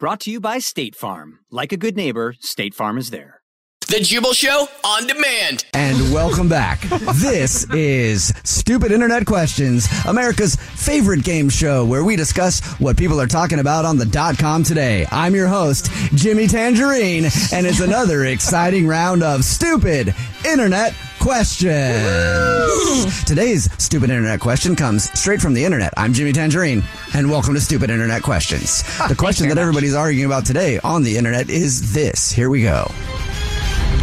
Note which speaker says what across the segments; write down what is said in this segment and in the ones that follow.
Speaker 1: Brought to you by State Farm. Like a good neighbor, State Farm is there.
Speaker 2: The Jubal Show on demand.
Speaker 3: And welcome back. this is Stupid Internet Questions, America's favorite game show where we discuss what people are talking about on the dot com today. I'm your host, Jimmy Tangerine, and it's another exciting round of Stupid Internet Questions. Today's Stupid Internet Question comes straight from the internet. I'm Jimmy Tangerine, and welcome to Stupid Internet Questions. The question that everybody's arguing about today on the internet is this. Here we go.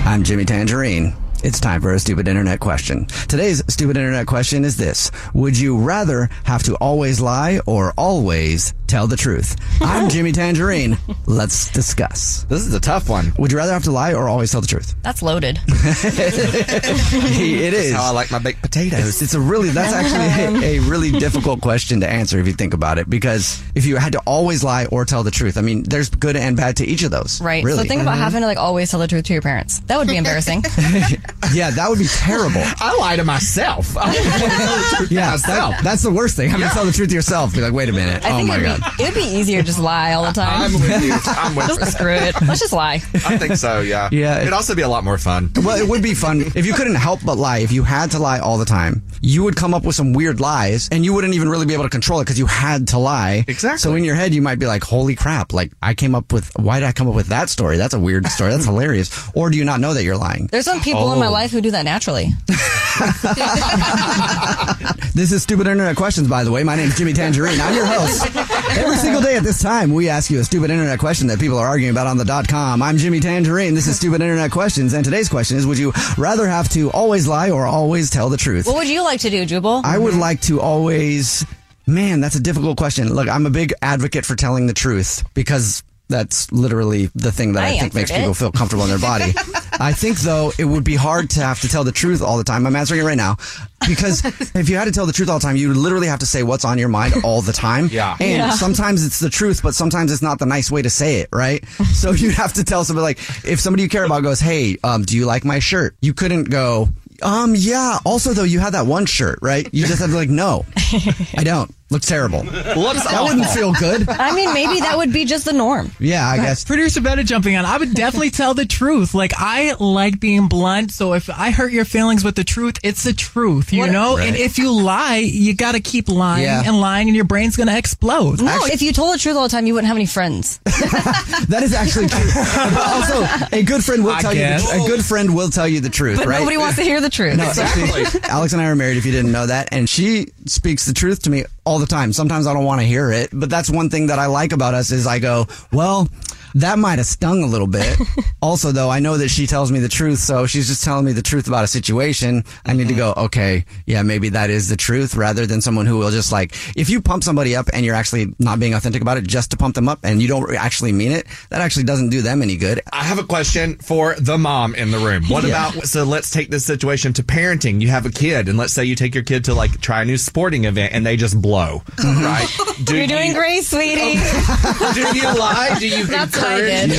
Speaker 3: I'm Jimmy Tangerine. It's time for a stupid internet question. Today's stupid internet question is this. Would you rather have to always lie or always tell the truth? I'm Jimmy Tangerine. Let's discuss.
Speaker 4: This is a tough one.
Speaker 3: Would you rather have to lie or always tell the truth?
Speaker 5: That's loaded.
Speaker 3: it
Speaker 4: That's
Speaker 3: is.
Speaker 4: how I like my baked potatoes.
Speaker 3: It's it's a really, that's actually a, a really difficult question to answer if you think about it, because if you had to always lie or tell the truth, I mean, there's good and bad to each of those.
Speaker 5: Right.
Speaker 3: Really. Mm-hmm.
Speaker 5: So think
Speaker 4: Mm-hmm.
Speaker 5: about having to like always tell the truth to your parents. That would be embarrassing.
Speaker 3: yeah, that would be terrible.
Speaker 4: I lie to myself. I lie to
Speaker 3: Yeah,
Speaker 4: myself.
Speaker 3: that- that's the worst thing. I mean, tell the truth to yourself. Be like, wait a minute.
Speaker 5: I
Speaker 3: oh
Speaker 5: think
Speaker 3: my
Speaker 5: it'd,
Speaker 3: god.
Speaker 5: be, it'd be easier to just lie all the time.
Speaker 4: I'm with you. I'm with you.
Speaker 5: just screw it. Let's just lie.
Speaker 4: I think so, yeah.
Speaker 3: Yeah.
Speaker 4: It'd also be a lot more fun.
Speaker 3: Well, it would be fun if you couldn't help but lie. If you had to lie all the time, you would come up with some weird lies, and you wouldn't even really be able to control it because you had to lie.
Speaker 4: Exactly.
Speaker 3: So in your head, you might be like, "Holy crap! Like, I came up with why did I come up with that story? That's a weird story. That's hilarious." Or do you not know that you're lying?
Speaker 5: There's some people in my
Speaker 3: Oh.
Speaker 5: life who do that naturally.
Speaker 3: This is Stupid Internet Questions, by the way. My name's Jimmy Tangerine. I'm your host. Every single day at this time, we ask you a stupid internet question that people are arguing about on the dot com. I'm Jimmy Tangerine. This is Stupid Internet Questions. And today's question is Would you rather have to always lie or always tell the truth?
Speaker 5: What would you like to do, Jubal?
Speaker 3: I would like to always. Man, that's a difficult question. Look, I'm a big advocate for telling the truth because that's literally the thing that
Speaker 5: I
Speaker 3: I, think
Speaker 5: answered
Speaker 3: makes people
Speaker 5: it.
Speaker 3: feel comfortable in their body. I think though it would be hard to have to tell the truth all the time. I'm answering it right now because if you had to tell the truth all the time, you would literally have to say what's on your mind all the time.
Speaker 4: Yeah.
Speaker 3: And sometimes it's the truth, but sometimes it's not the nice way to say it, right? So you'd have to tell somebody like if somebody you care about goes, "Hey, um, do you like my shirt?" You couldn't go, "Um, yeah." Also though, you had that one shirt, right? You just have to be like, "No, I don't." Looks terrible.
Speaker 4: Looks
Speaker 3: That wouldn't feel good.
Speaker 5: I mean, maybe that would be just the norm.
Speaker 3: Yeah, I guess.
Speaker 6: Producer Bennett jumping on. I would definitely tell the truth. Like I like being blunt. So if I hurt your feelings with the truth, it's the truth, you know. And if you lie, you got to keep lying
Speaker 3: Yeah.
Speaker 6: and lying, and your brain's gonna explode.
Speaker 5: No, if you told the truth all the time, you wouldn't have any friends.
Speaker 3: That is actually true. But also, a good friend will
Speaker 6: I
Speaker 3: tell
Speaker 6: guess.
Speaker 3: you. The, tr- a good friend will tell you the truth,
Speaker 5: But
Speaker 3: right?
Speaker 5: nobody wants to hear the truth.
Speaker 3: No, it's actually, Alex and I are married. If you didn't know that, and she speaks the truth to me all the time. Sometimes I don't want to hear it, but that's one thing that I like about us is I go, well, that might have stung a little bit. also, though, I know that she tells me the truth, so if she's just telling me the truth about a situation. I need to go, okay, yeah, maybe that is the truth, rather than someone who will just like, if you pump somebody up and you're actually not being authentic about it, just to pump them up, and you don't actually mean it, that actually doesn't do them any good.
Speaker 4: I have a question for the mom in the room. What about so let's take this situation to parenting. You have a kid and let's say you take your kid to like try a new sporting event and they
Speaker 5: Uh-huh.
Speaker 4: just blow. Right? Do
Speaker 5: You're doing
Speaker 4: you-
Speaker 5: great, sweetie.
Speaker 4: Do you lie? Do you
Speaker 5: That's I did.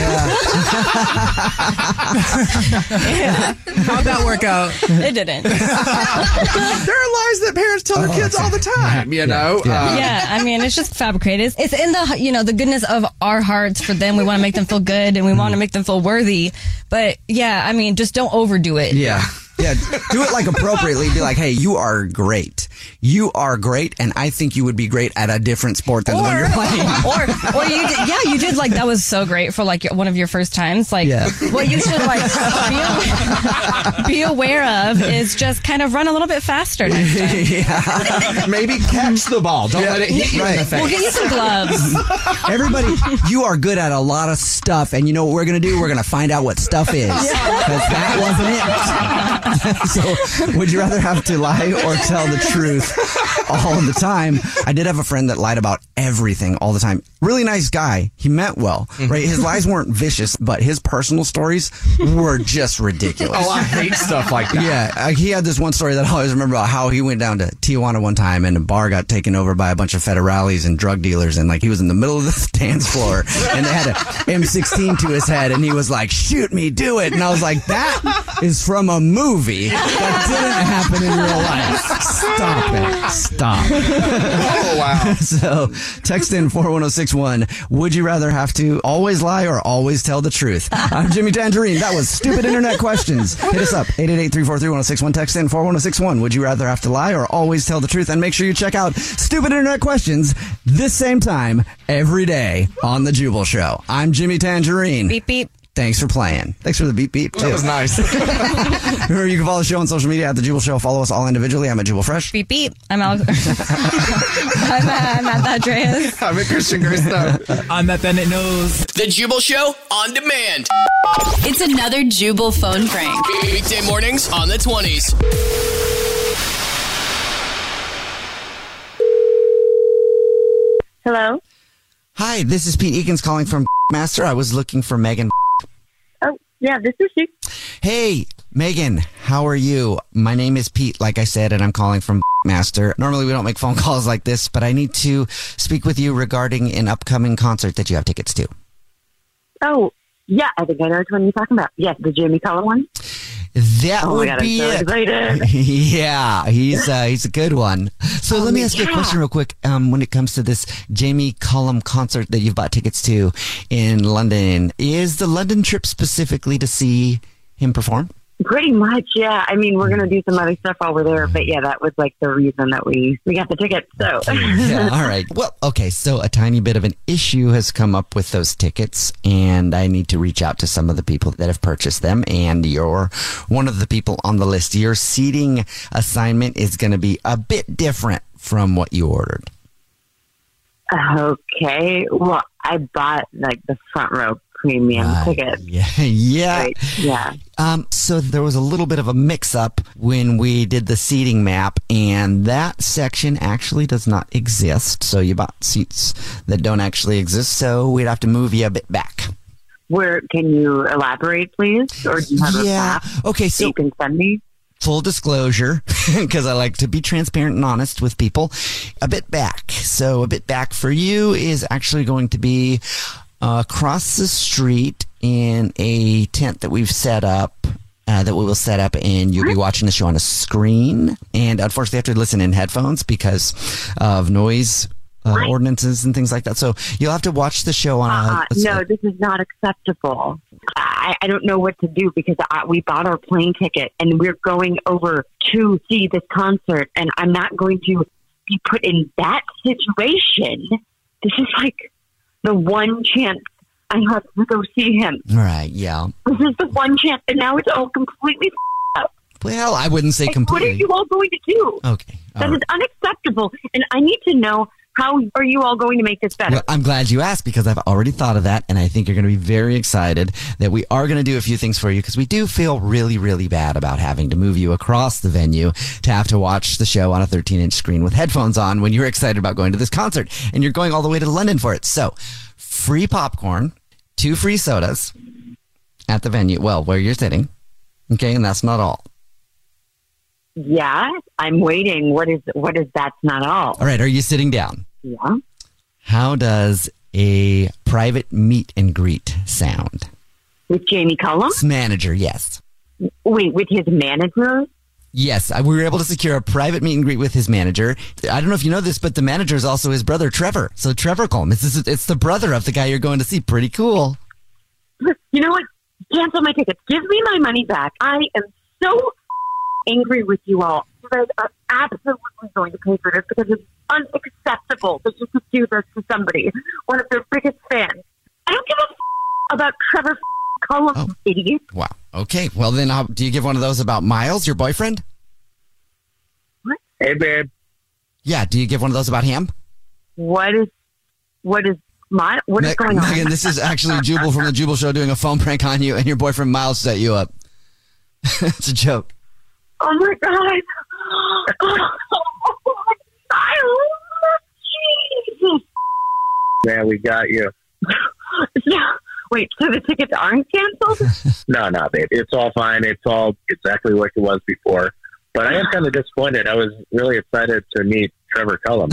Speaker 6: How'd that work out?
Speaker 5: It didn't.
Speaker 4: there are lies that parents tell
Speaker 3: Oh,
Speaker 4: their kids all the time. You know, Uh,
Speaker 5: yeah, I mean, it's just fabricated. It's in the you know the goodness of our hearts for them. We want to make them feel good and we
Speaker 4: Mm.
Speaker 5: want to make them feel worthy. But yeah, I mean, just don't overdo it.
Speaker 3: Yeah. Yeah. Do it like appropriately. Be like, hey, you are great. You are great, and I think you would be great at a different sport than the one you're playing.
Speaker 5: or or you did, yeah you did like that was so great for like your- one of your first times like
Speaker 3: Yeah.
Speaker 5: what you should like be, aw- be aware of is just kind of run a little bit faster next time.
Speaker 4: maybe catch the ball. Don't let it hit you in the
Speaker 3: Right.
Speaker 4: face.
Speaker 5: We'll get you some gloves.
Speaker 3: Everybody, you are good at a lot of stuff, and you know what we're gonna do? We're gonna find out what stuff is because that wasn't it. so, would you rather have to lie or tell the truth all the time? I did have a friend that lied about everything all the time. Really nice guy. He meant well,
Speaker 4: Mm-hmm.
Speaker 3: right? His lies weren't vicious, but his personal stories were just ridiculous.
Speaker 4: Oh, I hate stuff like that.
Speaker 3: Yeah, uh, he had this one story that I always remember about how he went down to Tijuana one time and a bar got taken over by a bunch of federales and drug dealers and like he was in the middle of the dance floor and they had a M16 to his head and he was like, "Shoot me, do it," and I was like, "That is from a movie that didn't happen in real life. Stop it, stop."
Speaker 4: Oh wow.
Speaker 3: So text in four one zero six one. Would you rather have to always lie or always tell the truth? I'm Jimmy Tangerine. That was stupid internet questions. Hit us up 888-343-1061. Text in four one zero six one. Would you rather have to lie or always tell the truth? And make sure you check out stupid internet questions this same time every day on the Jubal Show. I'm Jimmy Tangerine.
Speaker 5: beep beep.
Speaker 3: Thanks for playing. Thanks for the beep beep.
Speaker 4: That
Speaker 3: too.
Speaker 4: was nice.
Speaker 3: Remember, you can follow the show on social media at the Jubal Show. Follow us all individually. I'm at Jubal Fresh.
Speaker 5: Beep beep. I'm Alex. I'm, uh, I'm at Andreas.
Speaker 4: I'm a Christian Christo.
Speaker 6: On that Bennett knows.
Speaker 2: The Jubal Show on demand.
Speaker 7: It's another Jubal phone prank.
Speaker 2: Weekday mornings on the 20s.
Speaker 8: Hello.
Speaker 3: Hi, this is Pete Eakins calling from Master. I was looking for Megan.
Speaker 8: Oh, yeah, this is she.
Speaker 3: Hey, Megan, how are you? My name is Pete, like I said, and I'm calling from Master. Normally, we don't make phone calls like this, but I need to speak with you regarding an upcoming concert that you have tickets to.
Speaker 8: Oh, yeah, I think I know which one you're talking about. Yes, the Jimmy Color one.
Speaker 3: That
Speaker 8: Oh
Speaker 3: would
Speaker 8: my god, I'm
Speaker 3: be
Speaker 8: so
Speaker 3: it.
Speaker 8: excited.
Speaker 3: yeah, he's uh, he's a good one. So let me ask you a
Speaker 8: yeah.
Speaker 3: question real quick. Um, when it comes to this Jamie Cullum concert that you've bought tickets to in London, is the London trip specifically to see him perform?
Speaker 8: Pretty much, yeah. I mean, we're gonna do some other stuff while we're there, but yeah, that was like the reason that we we got the tickets. So,
Speaker 3: yeah, all right. Well, okay, so a tiny bit of an issue has come up with those tickets, and I need to reach out to some of the people that have purchased them, and you're one of the people on the list. Your seating assignment is going to be a bit different from what you ordered.
Speaker 8: okay. Well, I bought like the front row premium ticket.
Speaker 3: Yeah, yeah.
Speaker 8: Right. Yeah.
Speaker 3: Um, so there was a little bit of a mix-up when we did the seating map, and that section actually does not exist. So you bought seats that don't actually exist. So we'd have to move you a bit back.
Speaker 8: Where can you elaborate, please, or do you have
Speaker 3: yeah.
Speaker 8: a map
Speaker 3: Okay.
Speaker 8: that
Speaker 3: So
Speaker 8: you can send me?
Speaker 3: full disclosure, because I like to be transparent and honest with people. A bit back. So a bit back for you is actually going to be uh, across the street in a tent that we've set up. Uh, that we will set up, and you'll be watching the show on a screen. And unfortunately, you have to listen in headphones because of noise uh, ordinances and things like that. So you'll have to watch the show on
Speaker 8: uh,
Speaker 3: a,
Speaker 8: no, this is not acceptable. I, I don't know what to do because I, we bought our plane ticket and we're going over to see this concert, and I'm not going to be put in that situation. This is like the one chance I have to go see him.
Speaker 3: right. Yeah.
Speaker 8: This is the one chance, and now it's all completely.
Speaker 3: Well, I wouldn't say
Speaker 8: Like, what are
Speaker 3: completely.
Speaker 8: you all going to do?
Speaker 3: okay. all
Speaker 8: That
Speaker 3: right.
Speaker 8: is unacceptable, and I need to know how are you all going to make this better.
Speaker 3: Well, I'm glad you asked because I've already thought of that, and I think you're going to be very excited that we are going to do a few things for you because we do feel really, really bad about having to move you across the venue to have to watch the show on a 13 inch screen with headphones on when you're excited about going to this concert and you're going all the way to London for it. So, free popcorn, two free sodas at the venue, well, where you're sitting. Okay, and that's not all.
Speaker 8: yeah, I'm waiting. What is what is that's not all.
Speaker 3: All right, are you sitting down?
Speaker 8: Yeah.
Speaker 3: How does a private meet and greet sound.
Speaker 8: With Jamie Cullum?
Speaker 3: Manager, yes.
Speaker 8: Wait, with his manager?
Speaker 3: Yes, I- we were able to secure a private meet and greet with his manager. I don't know if you know this, but the manager is also his brother, Trevor. So Trevor Colm, it's, it's, it's the brother of the guy you're going to see. Pretty cool.
Speaker 8: You know what? Cancel my tickets. Give me my money back. I am so angry with you all. You guys are absolutely going to pay for this because it's unacceptable that you could do this to somebody, one of their biggest fans. I don't give a f- about Trevor f- Cullum,
Speaker 3: Oh.
Speaker 8: idiot.
Speaker 3: Wow. Okay. Well, then, uh, do you give one of those about Miles, your boyfriend?
Speaker 8: Hey, babe.
Speaker 3: Yeah. Do you give one of those about him?
Speaker 8: What is what is my what is
Speaker 3: Me-
Speaker 8: going on?
Speaker 3: Megan, this is actually Jubal from the Jubal Show doing a phone prank on you, and your boyfriend Miles set you up. it's a joke.
Speaker 8: Oh my god! I love Jesus.
Speaker 9: Man, we got you.
Speaker 8: Yeah. Wait. So the tickets aren't canceled?
Speaker 9: No, no, babe. It's all fine. It's all exactly like it was before. But I am kind of disappointed. I was really excited to meet Trevor Cullum.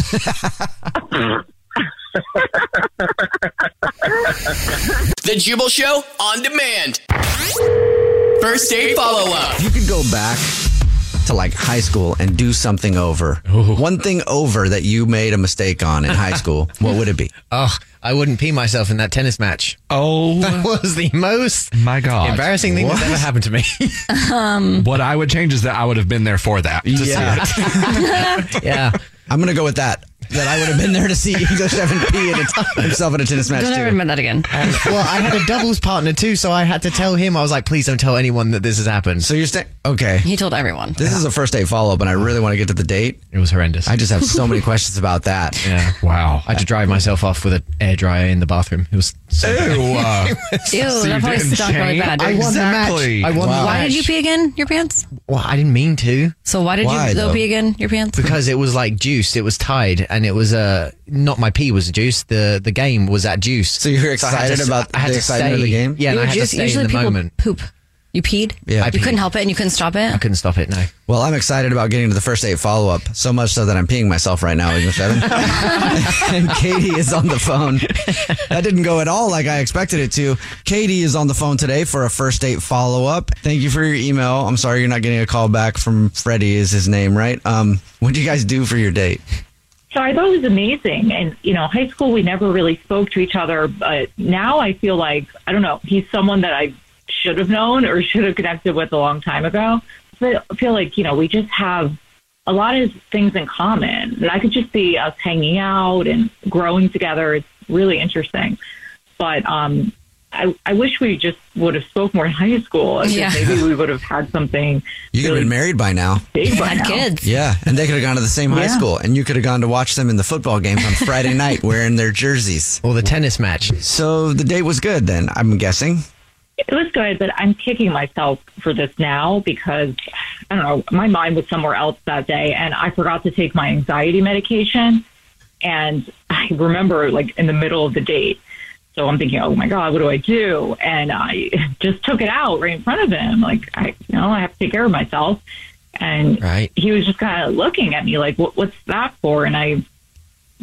Speaker 2: The Jubal Show on demand. First date follow up.
Speaker 3: You could go back to like high school and do something over. One thing over that you made a mistake on in high school. what would it be?
Speaker 10: Oh, I wouldn't pee myself in that tennis match.
Speaker 4: Oh,
Speaker 10: that was the most
Speaker 4: my god
Speaker 10: embarrassing thing that's
Speaker 4: What?
Speaker 10: ever happened to me.
Speaker 5: Um,
Speaker 4: What I would change is that I would have been there for that. To
Speaker 3: Yeah.
Speaker 4: See it.
Speaker 10: yeah.
Speaker 3: I'm gonna go with that. That I would have been there to see English Evan P in a t- himself in a tennis match.
Speaker 10: Don't
Speaker 3: too.
Speaker 10: ever
Speaker 5: remember that again.
Speaker 10: well, I had a doubles partner too, so I had to tell him. I was like, please don't tell anyone that this has happened. So
Speaker 3: you're staying. Okay.
Speaker 5: He told everyone.
Speaker 3: This is a first date follow up, and I really want to get to the date.
Speaker 10: It was horrendous.
Speaker 3: I just have so many questions about that.
Speaker 10: Yeah.
Speaker 4: Wow.
Speaker 10: I had to dry myself off with an air dryer in the bathroom. It was so
Speaker 4: Ew, uh,
Speaker 10: It was-
Speaker 5: Ew, that
Speaker 10: you
Speaker 5: probably
Speaker 10: didn't
Speaker 5: stunk really
Speaker 10: change.
Speaker 5: bad.
Speaker 10: I won the
Speaker 5: Exactly.
Speaker 10: match. I won the
Speaker 5: Why
Speaker 10: match.
Speaker 5: did you pee again? Your pants?
Speaker 10: Well, I didn't mean to.
Speaker 5: So why did you though, pee again? Your pants?
Speaker 10: Because it was like juice. It was tied, and it was uh not my pee was juice. The the game was at juice. So
Speaker 3: you were
Speaker 10: I had
Speaker 3: excited
Speaker 10: to,
Speaker 3: about
Speaker 10: I had
Speaker 3: the
Speaker 10: to
Speaker 3: excitement
Speaker 10: stay.
Speaker 3: of the game?
Speaker 10: Yeah, and
Speaker 5: You
Speaker 10: I had
Speaker 5: just-
Speaker 10: to stay
Speaker 5: usually
Speaker 10: in the
Speaker 5: people
Speaker 10: moment.
Speaker 5: Poop. You peed.
Speaker 3: Yeah. I
Speaker 5: You
Speaker 3: peed.
Speaker 5: couldn't help it, and you couldn't stop it.
Speaker 10: I couldn't stop it. No.
Speaker 3: Well, I'm excited about getting to the first date follow up, so much so that I'm peeing myself right now, English Evan. and Katie is on the phone. That didn't go at all like I expected it to. Katie is on the phone today for a first date follow up. Thank you for your email. I'm sorry you're not getting a call back from Freddie, is his name, right? Um, what do you guys do for your date?
Speaker 11: So I thought it was amazing. And, you know, high school, we never really spoke to each other. But now I feel like, I don't know, he's someone that I should have known or should have connected with a long time ago. But I feel like, you know, we just have a lot of things in common. And I could just see us hanging out and growing together. It's really interesting. But um, I, I wish we just would have spoke more in high school. I think
Speaker 3: Yeah.
Speaker 11: Maybe we would have had something.
Speaker 3: You could have been married by now.
Speaker 11: big by now.
Speaker 3: Yeah, and they could have gone to the same high
Speaker 11: Yeah.
Speaker 3: school, and you could have gone to watch them in the football games on Friday night wearing their jerseys.
Speaker 10: Or the tennis match.
Speaker 3: So the date was good then, I'm guessing.
Speaker 11: it was good, but I'm kicking myself for this now because I don't know, my mind was somewhere else that day and I forgot to take my anxiety medication. And I remember like in the middle of the date. So I'm thinking, oh my God, what do I do? And I just took it out right in front of him. Like, I, you know, I have to take care of myself. And
Speaker 10: right.
Speaker 11: he was just kind of looking at me like, what, what's that for? And I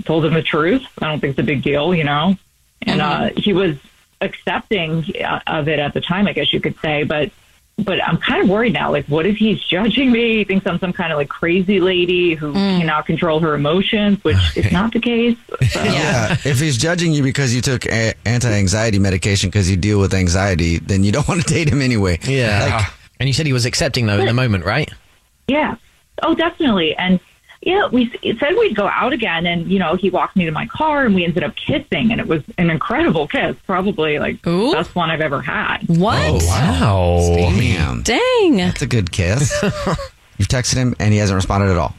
Speaker 11: told him the truth. I don't think it's a big deal, you know. And uh, he was accepting uh, of it at the time, I guess you could say. But but I'm kind of worried now. Like, what if he's judging me? He thinks I'm some kind of like crazy lady who cannot control her emotions, which is not the case. So.
Speaker 3: Yeah. Uh, If he's judging you because you took a- anti-anxiety medication because you deal with anxiety, then you don't want to date him anyway.
Speaker 10: Yeah. Ah. and you said he was accepting though in the moment, right?
Speaker 11: Yeah. Oh, definitely. And yeah, we it said we'd go out again, and you know, he walked me to my car, and we ended up kissing, and it was an incredible kiss, probably like best one I've ever had.
Speaker 5: What?
Speaker 3: Oh, wow. Damn.
Speaker 5: Dang.
Speaker 3: That's a good kiss. You've texted him and he hasn't responded at all.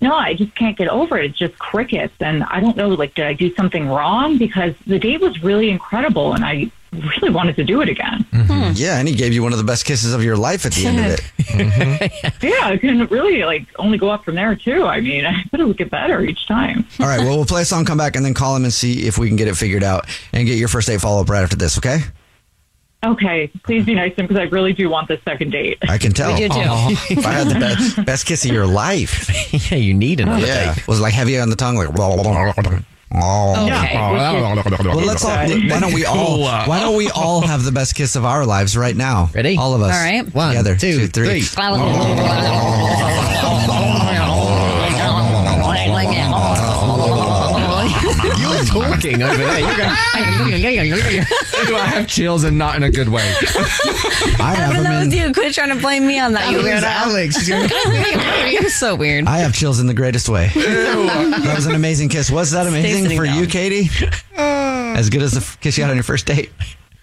Speaker 11: No, I just can't get over it. It's just crickets, and I don't know. Like, did I do something wrong? Because the date was really incredible, and I really wanted to do it again.
Speaker 3: Yeah, and he gave you one of the best kisses of your life at the end of it.
Speaker 11: yeah, I couldn't really like only go up from there too. I mean, I thought it would get better each time.
Speaker 3: All right, well, we'll play a song, come back, and then call him and see if we can get it figured out and get your first date follow up right after this, okay?
Speaker 11: Okay, please be nice to him because I really do want this second date.
Speaker 3: I can tell. Aw. if I had the best, best kiss of your life.
Speaker 10: yeah, you need
Speaker 11: another
Speaker 3: yeah.
Speaker 10: date.
Speaker 3: Was it like heavy on the tongue, like. Oh,
Speaker 12: Okay.
Speaker 3: Well, let's all. Why don't we all? Why don't we all have the best kiss of our lives right now? Ready? All of us.
Speaker 12: All right.
Speaker 3: One, Together. two, three.
Speaker 10: You're talking over there. You're going.
Speaker 4: Do I have chills and not in a good way?
Speaker 3: I
Speaker 5: But that was you. Quit trying to blame me on that.
Speaker 3: That
Speaker 5: you
Speaker 3: was
Speaker 5: weirdo.
Speaker 3: Alex. She's gonna-
Speaker 5: You're so weird.
Speaker 3: I have chills in the greatest way. that was an amazing kiss. Was that
Speaker 5: Stay
Speaker 3: amazing
Speaker 5: sitting
Speaker 3: for
Speaker 5: down.
Speaker 3: you, Katie? As good as the f- kiss you had on your first date.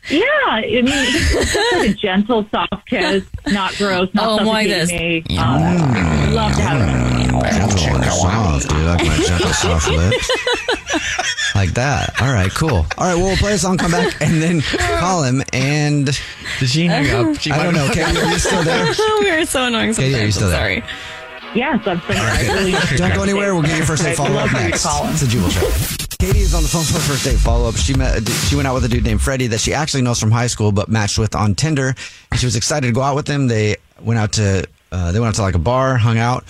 Speaker 11: Yeah, I mean, it's just a gentle, soft kiss, not gross, not
Speaker 12: Oh, my
Speaker 11: suffocating me. Um, love to have
Speaker 3: Gentle and soft, dude. Like my gentle soft lips. Like that. All right, cool. All right, well, we'll play a song, come back, and then call him. And did she
Speaker 5: hang up? She
Speaker 3: I don't
Speaker 5: might-
Speaker 3: know. Katie, are you still there?
Speaker 5: we are so annoying
Speaker 3: Katie,
Speaker 5: sometimes.
Speaker 3: are you still
Speaker 5: I'm
Speaker 3: there?
Speaker 5: sorry.
Speaker 11: Yes, I'm saying I really
Speaker 3: Don't go anywhere. We'll get your first date follow up next. It's a Jubal show. Katie is on the phone for a first date follow up. She met, she went out with a dude named Freddie that she actually knows from high school, but matched with on Tinder. And she was excited to go out with him. They went out to, uh, they went out to like a bar, hung out,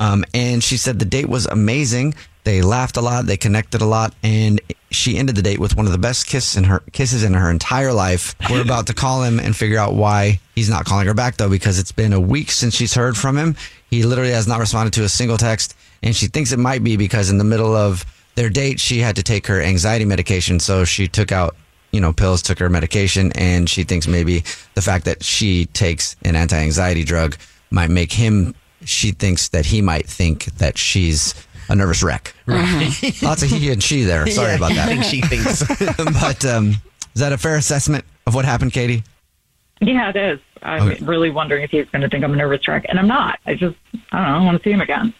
Speaker 3: um, and she said the date was amazing. They laughed a lot, they connected a lot, and she ended the date with one of the best kisses in her kisses in her entire life. We're about to call him and figure out why he's not calling her back though, because it's been a week since she's heard from him. He literally has not responded to a single text, and she thinks it might be because in the middle of their date, she had to take her anxiety medication, so she took out you know pills, took her medication, and she thinks maybe the fact that she takes an anti-anxiety drug might make him. She thinks that he might think that she's a nervous wreck.
Speaker 10: Right.
Speaker 3: Lots of he and she there. Sorry
Speaker 10: Yeah,
Speaker 3: about
Speaker 10: he
Speaker 3: that.
Speaker 10: thinks, she thinks.
Speaker 3: but um, is that a fair assessment of what happened, Katie?
Speaker 11: Yeah, it is. I'm
Speaker 3: Okay.
Speaker 11: really wondering if he's going to think I'm a nervous wreck, and I'm not. I just, I don't know. I want to see him again.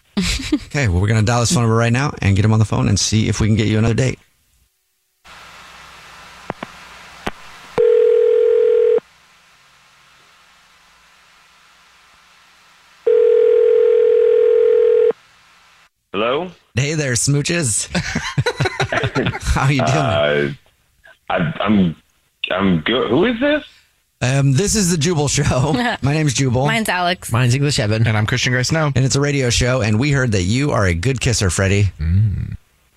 Speaker 3: Okay, well, we're going to dial his phone number right now and get him on the phone and see if we can get you another date.
Speaker 13: Hello.
Speaker 3: Hey there, smooches. How you doing?
Speaker 13: Uh, I, I'm I'm good. Who is this?
Speaker 3: Um, this is the Jubal Show. My name's Jubal.
Speaker 5: Mine's Alex.
Speaker 3: Mine's English Evan.
Speaker 4: And I'm Christian Grace Snow.
Speaker 3: And it's a radio show, and we heard that you are a good kisser, Freddie.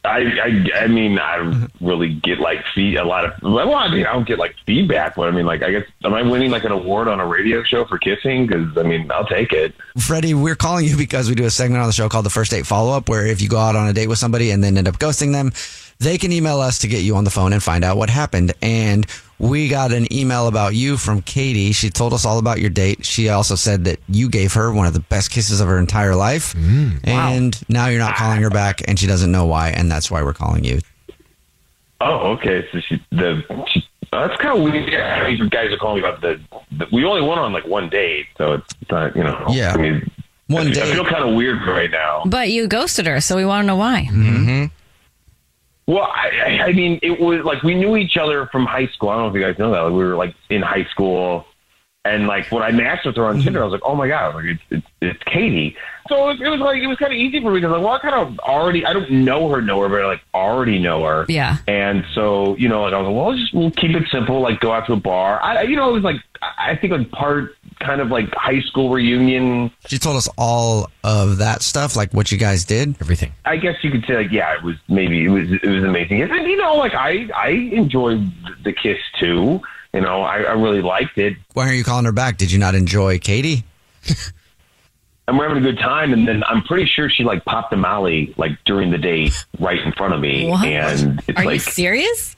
Speaker 13: I, I I mean I really get like fee a lot of well I mean I don't get like feedback but I mean like I guess am I winning like an award on a radio show for kissing because I mean I'll take it
Speaker 3: Freddie, we're calling you because we do a segment on the show called the First Date Follow Up, where if you go out on a date with somebody and then end up ghosting them, they can email us to get you on the phone and find out what happened. And we got an email about you from Katie. She told us all about your date. She also said that you gave her one of the best kisses of her entire life. and now you're not calling her back, and she doesn't know why. And that's why we're calling you.
Speaker 13: oh okay so she the she, oh, that's kind of weird I mean, you guys are calling me about the, the we only went on like one date so it's not you know yeah I mean one I, I
Speaker 5: date.
Speaker 13: feel kind of weird right now
Speaker 5: But you ghosted her, so we want to know why. Mm-hmm.
Speaker 13: Well, I, I I mean, it was like we knew each other from high school. I don't know if you guys know that. Like, we were like in high school, and like when I matched with her on Tinder, I was like, "Oh my god, like it's it's, it's Katie." So it, was- it was like it was kind of easy for me because like, well, I kind of already I don't know her, know her, but I like already know her.
Speaker 5: Yeah.
Speaker 13: And so you know, like I was like, "Well, just we'll keep it simple. Like go out to a bar." I I- you know, it was like I I think like part kind of like high school reunion.
Speaker 3: She told us all of that stuff, like what you guys did, everything.
Speaker 13: I guess you could say, like, yeah, it was maybe it was it was amazing. And you know, like I I enjoyed the kiss too. You know, I, I really liked it.
Speaker 3: Why are you calling her back? Did you not enjoy Katie?
Speaker 13: And we're having a good time, and then I'm pretty sure she like popped a molly like during the date right in front of me,
Speaker 5: What?
Speaker 13: and it's
Speaker 5: Are you
Speaker 13: like.
Speaker 5: serious?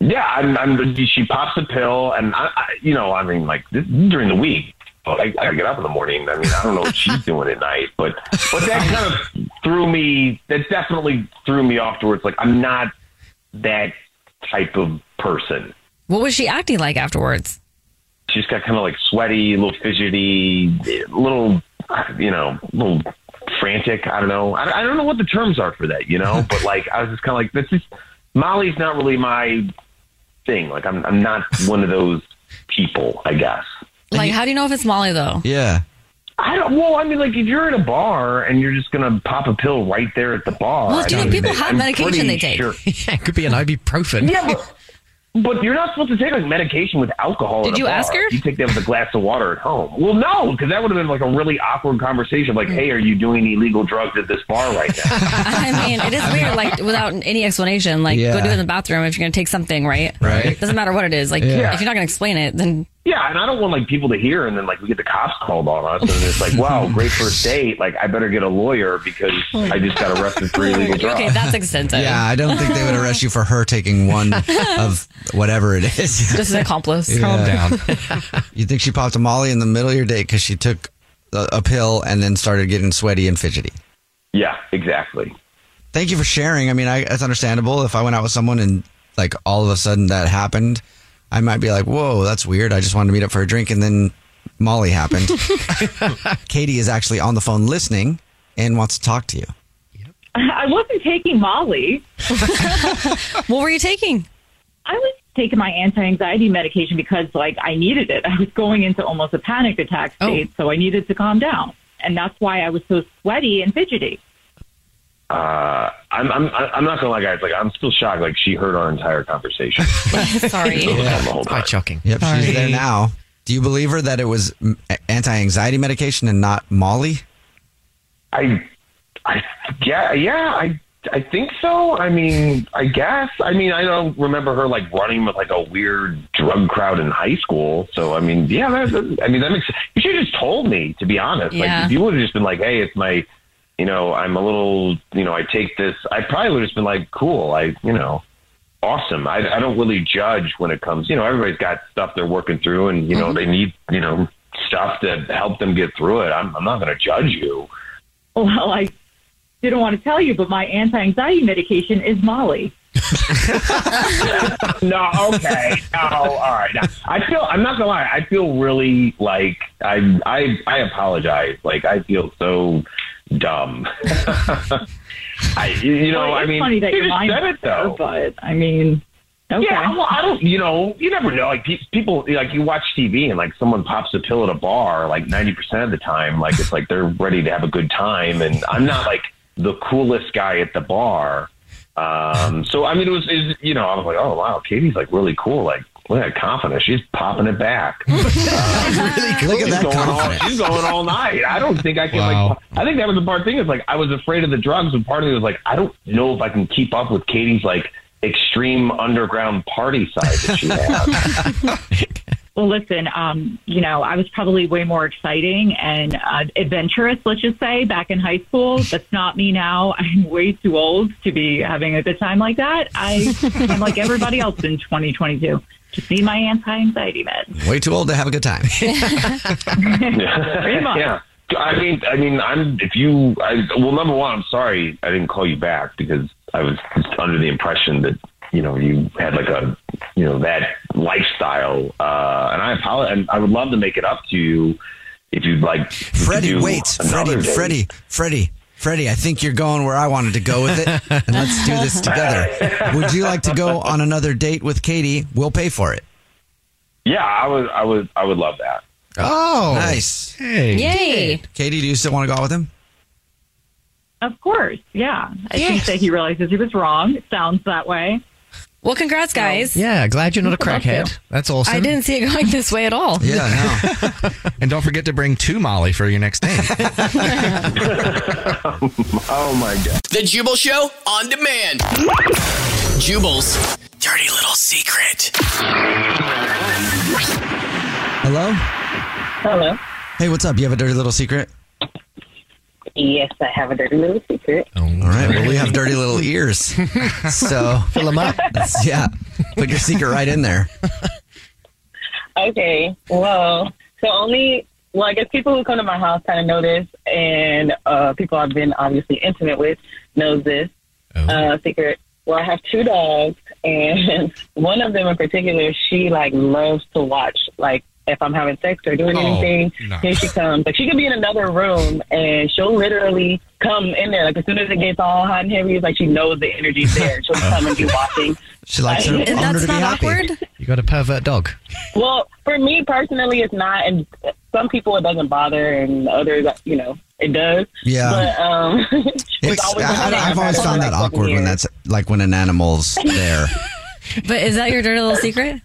Speaker 13: yeah, I'm, I'm. She pops a pill, and I, I, you know, I mean, like this, during the week, I, I get up in the morning. I mean, I don't know what she's doing at night, but but that kind of threw me. That definitely threw me off towards like I'm not that type of person.
Speaker 5: What was she acting like afterwards?
Speaker 13: She just got kind of like sweaty, a little fidgety, a little, you know, a little frantic. I don't know. I, I don't know what the terms are for that, you know. But like, I was just kind of like, this is Molly's not really my thing. Like, I'm I'm not one of those people, I guess.
Speaker 5: Like, how do you know if it's Molly though?
Speaker 3: Yeah.
Speaker 13: I don't. Well, I mean, like if you're at a bar and you're just gonna pop a pill right there at the bar.
Speaker 5: Well, do you
Speaker 13: I
Speaker 5: think
Speaker 13: mean,
Speaker 5: people have
Speaker 13: I'm
Speaker 5: medication
Speaker 13: pretty
Speaker 5: they take?
Speaker 13: sure-
Speaker 10: yeah, it could be an ibuprofen.
Speaker 13: Yeah, but, But you're not supposed to take like medication with alcohol.
Speaker 12: Did
Speaker 13: at a
Speaker 12: you
Speaker 13: bar.
Speaker 12: ask her?
Speaker 13: You take that with a glass of water at home. Well, no, because that would have been like a really awkward conversation. Like, hey, are you doing illegal drugs at this bar right now?
Speaker 12: I mean, it is weird, like without any explanation. Like,
Speaker 13: Yeah.
Speaker 12: go do it in the bathroom if you're going to take something, right?
Speaker 13: Right.
Speaker 12: Doesn't matter what it is. Like,
Speaker 13: Yeah.
Speaker 12: if you're not going to explain it, then
Speaker 13: Yeah, and I don't want like people to hear, and then like we get the cops called on us, and it's like, wow, great first date. Like, I better get a lawyer because
Speaker 5: Oh
Speaker 13: I just got arrested for illegal drugs.
Speaker 12: okay, that's extensive.
Speaker 3: Yeah, I don't think they would arrest you for her taking one of whatever it is.
Speaker 12: Just an accomplice. Calm
Speaker 3: down. you think she popped a Molly in the middle of your date because she took a, a pill and then started getting sweaty and fidgety?
Speaker 13: Yeah, exactly.
Speaker 3: Thank you for sharing. I mean, I, that's understandable. If I went out with someone and like all of a sudden that happened, I might be like, "Whoa, that's weird." I just wanted to meet up for a drink, and then Molly happened. Katie is actually on the phone listening and wants to talk to you.
Speaker 11: I wasn't taking Molly.
Speaker 12: what were you taking?
Speaker 11: I was taking my anti-anxiety medication because, like, I needed it. I was going into almost a panic attack
Speaker 12: Oh.
Speaker 11: state, so I needed to calm down, and that's why I was so sweaty and fidgety.
Speaker 13: Uh, I'm I'm I'm not gonna lie, guys. Like, I'm still shocked. Like, she heard our entire conversation.
Speaker 12: Sorry.
Speaker 3: Quite shocking. Yep, she's there now. Do you believe her that it was mm, a- anti-anxiety medication and not Molly?
Speaker 13: I, I, yeah, yeah, I, I think so. I mean, I guess. I mean, I don't remember her like running with like a weird drug crowd in high school. So I mean, yeah, that, that- I mean that makes. You should have just told me to be honest.
Speaker 12: Yeah.
Speaker 13: Like, if you would have just been like, hey, it's my, you know, I'm a little, you know, I take this. I probably would have just been like, cool. I, you know. Awesome. I, I don't really judge when it comes. You know, everybody's got stuff they're working through, and you know they need you know stuff to help them get through it. I'm, I'm not going to judge you.
Speaker 11: Well, I didn't want to tell you, but my anti-anxiety medication is Molly.
Speaker 13: no, okay. No, all right. Now, I feel I'm not gonna lie. I feel really like I I I apologize. Like I feel so dumb. I you you know
Speaker 11: Well,
Speaker 13: I
Speaker 11: it's
Speaker 13: mean
Speaker 11: funny that
Speaker 13: you
Speaker 11: your
Speaker 13: just
Speaker 11: mind
Speaker 13: said it
Speaker 11: was there,
Speaker 13: though.
Speaker 11: but I mean, okay.
Speaker 13: Yeah, well, I don't. You know, you never know. Like pe- people, like you watch TV and like someone pops a pill at a bar. Like ninety percent of the time, like it's like they're ready to have a good time, and I'm not like the coolest guy at the bar. Um, so I mean, it was, it was- you know, I was like, oh wow, Katie's like really cool. Like look at that confidence. She's popping it back.
Speaker 3: Look at
Speaker 13: She's
Speaker 3: that
Speaker 13: going all-
Speaker 3: confidence.
Speaker 13: She's going all night. I don't think I can. Like, I think that was the part thing is like I was afraid of the drugs, and part of me was like, I don't know if I can keep up with Katie's like extreme underground party side that she has.
Speaker 11: Well, listen, um, you know, I was probably way more exciting and uh, adventurous, let's just say, back in high school. That's not me now. I'm way too old to be having a good time like that. I, I'm like everybody else in 2022. Just need my anti-anxiety med.
Speaker 3: Way too old to have a good time.
Speaker 11: Pretty much.
Speaker 13: yeah. I mean, I mean, I'm. If you, I, well, number one, I'm sorry I didn't call you back because I was just under the impression that you know you had like a, you know, that lifestyle. Uh, and I apologize. And I would love to make it up to you if you'd like.
Speaker 3: Freddie, wait, Freddie,
Speaker 13: Freddie,
Speaker 3: Freddie, Freddie, Freddie. I think you're going where I wanted to go with it, and let's do this together. Would you like to go on another date with Katie? We'll pay for it.
Speaker 13: Yeah, I would. I would. I would love that.
Speaker 3: Oh, nice. Hey,
Speaker 12: Yay.
Speaker 3: Katie, do you still want to go out with him?
Speaker 11: Of course, yeah. I think that he realizes he was wrong. It sounds that way.
Speaker 12: Well, congrats, guys.
Speaker 10: Yeah, glad you're not a crackhead. That's awesome.
Speaker 12: I didn't see it going this way at all.
Speaker 3: Yeah,
Speaker 4: and don't forget to bring two Molly for your next date.
Speaker 13: oh my god.
Speaker 2: The Jubal Show on demand. Jubal's dirty little secret.
Speaker 3: Hello.
Speaker 14: Hello.
Speaker 3: Hey, what's up? You have a dirty little secret?
Speaker 14: Yes, I have a dirty little secret.
Speaker 3: All right. Well, we have dirty little ears, so fill them up. Yeah, put your secret right in there.
Speaker 14: Okay. Well, so only well, I guess people who come to my house kind of know this, and uh, people I've been obviously intimate with knows this uh, secret. Well, I have two dogs, and one of them in particular, she like loves to watch. Like if I'm having sex or doing
Speaker 15: Oh,
Speaker 14: anything,
Speaker 15: no.
Speaker 14: here she comes. Like she could be in another room, and she'll literally come in there. Like as soon as it gets all hot and heavy, it's like she knows the energy's there. She'll come and be watching.
Speaker 10: She likes her
Speaker 14: And
Speaker 10: owner to be happy. You got a pervert dog.
Speaker 14: Well, for me personally, it's not, and some people it doesn't bother, and others, you know, it does.
Speaker 3: Yeah.
Speaker 14: But um, it's
Speaker 3: It's,
Speaker 14: always
Speaker 3: I,
Speaker 14: something
Speaker 3: I, I've
Speaker 14: that
Speaker 3: always
Speaker 14: happens,
Speaker 3: found
Speaker 14: like,
Speaker 3: that awkward when that's like when an animal's there.
Speaker 12: But is that your dirty little secret?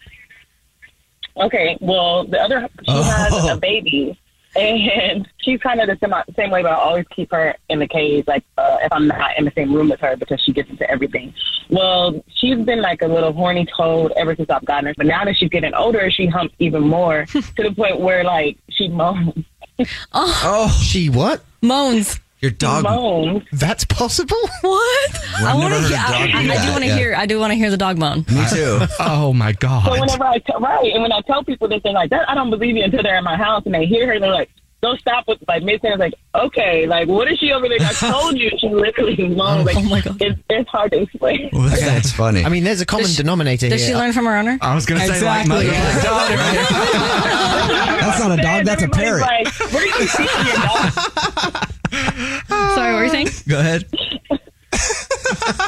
Speaker 14: Okay, well, the other she has a baby, and she's kind of the same, same way. But I always keep her in the cage, like uh, if I'm not in the same room with her, because she gets into everything. Well, she's been like a little horny toad ever since I've gotten her, but now that she's getting older, she humps even more to the point where like she moans.
Speaker 12: Oh,
Speaker 10: Oh, she what?
Speaker 12: Moans.
Speaker 3: Your dog.
Speaker 14: Moans.
Speaker 10: That's possible.
Speaker 12: What?
Speaker 10: I've
Speaker 12: I want
Speaker 10: never
Speaker 12: to.
Speaker 10: heard a dog
Speaker 12: I,
Speaker 10: do
Speaker 12: I, I do
Speaker 10: that,
Speaker 12: want to
Speaker 10: yeah.
Speaker 12: hear. I do want to hear the dog moan.
Speaker 10: Me too. oh my
Speaker 14: So
Speaker 10: god.
Speaker 14: whenever I tell right, and when I tell people this, they're like, "That I don't believe you." Until they're in my house and they hear her, and they're like, "Don't stop with like mid sentence." Like, okay, like what is she over there? I told you, she literally moans. Like, oh my god, it's, it's hard to explain.
Speaker 10: That's funny. I mean, there's a common denominator
Speaker 12: Does
Speaker 10: here.
Speaker 12: she learn from her owner?
Speaker 10: I was gonna say, like, Exactly. mother, Yeah. like daughter.
Speaker 3: That's not a dog. That's a parrot.
Speaker 14: what are you teaching your dog?
Speaker 12: Sorry, what were you saying?
Speaker 3: Go ahead.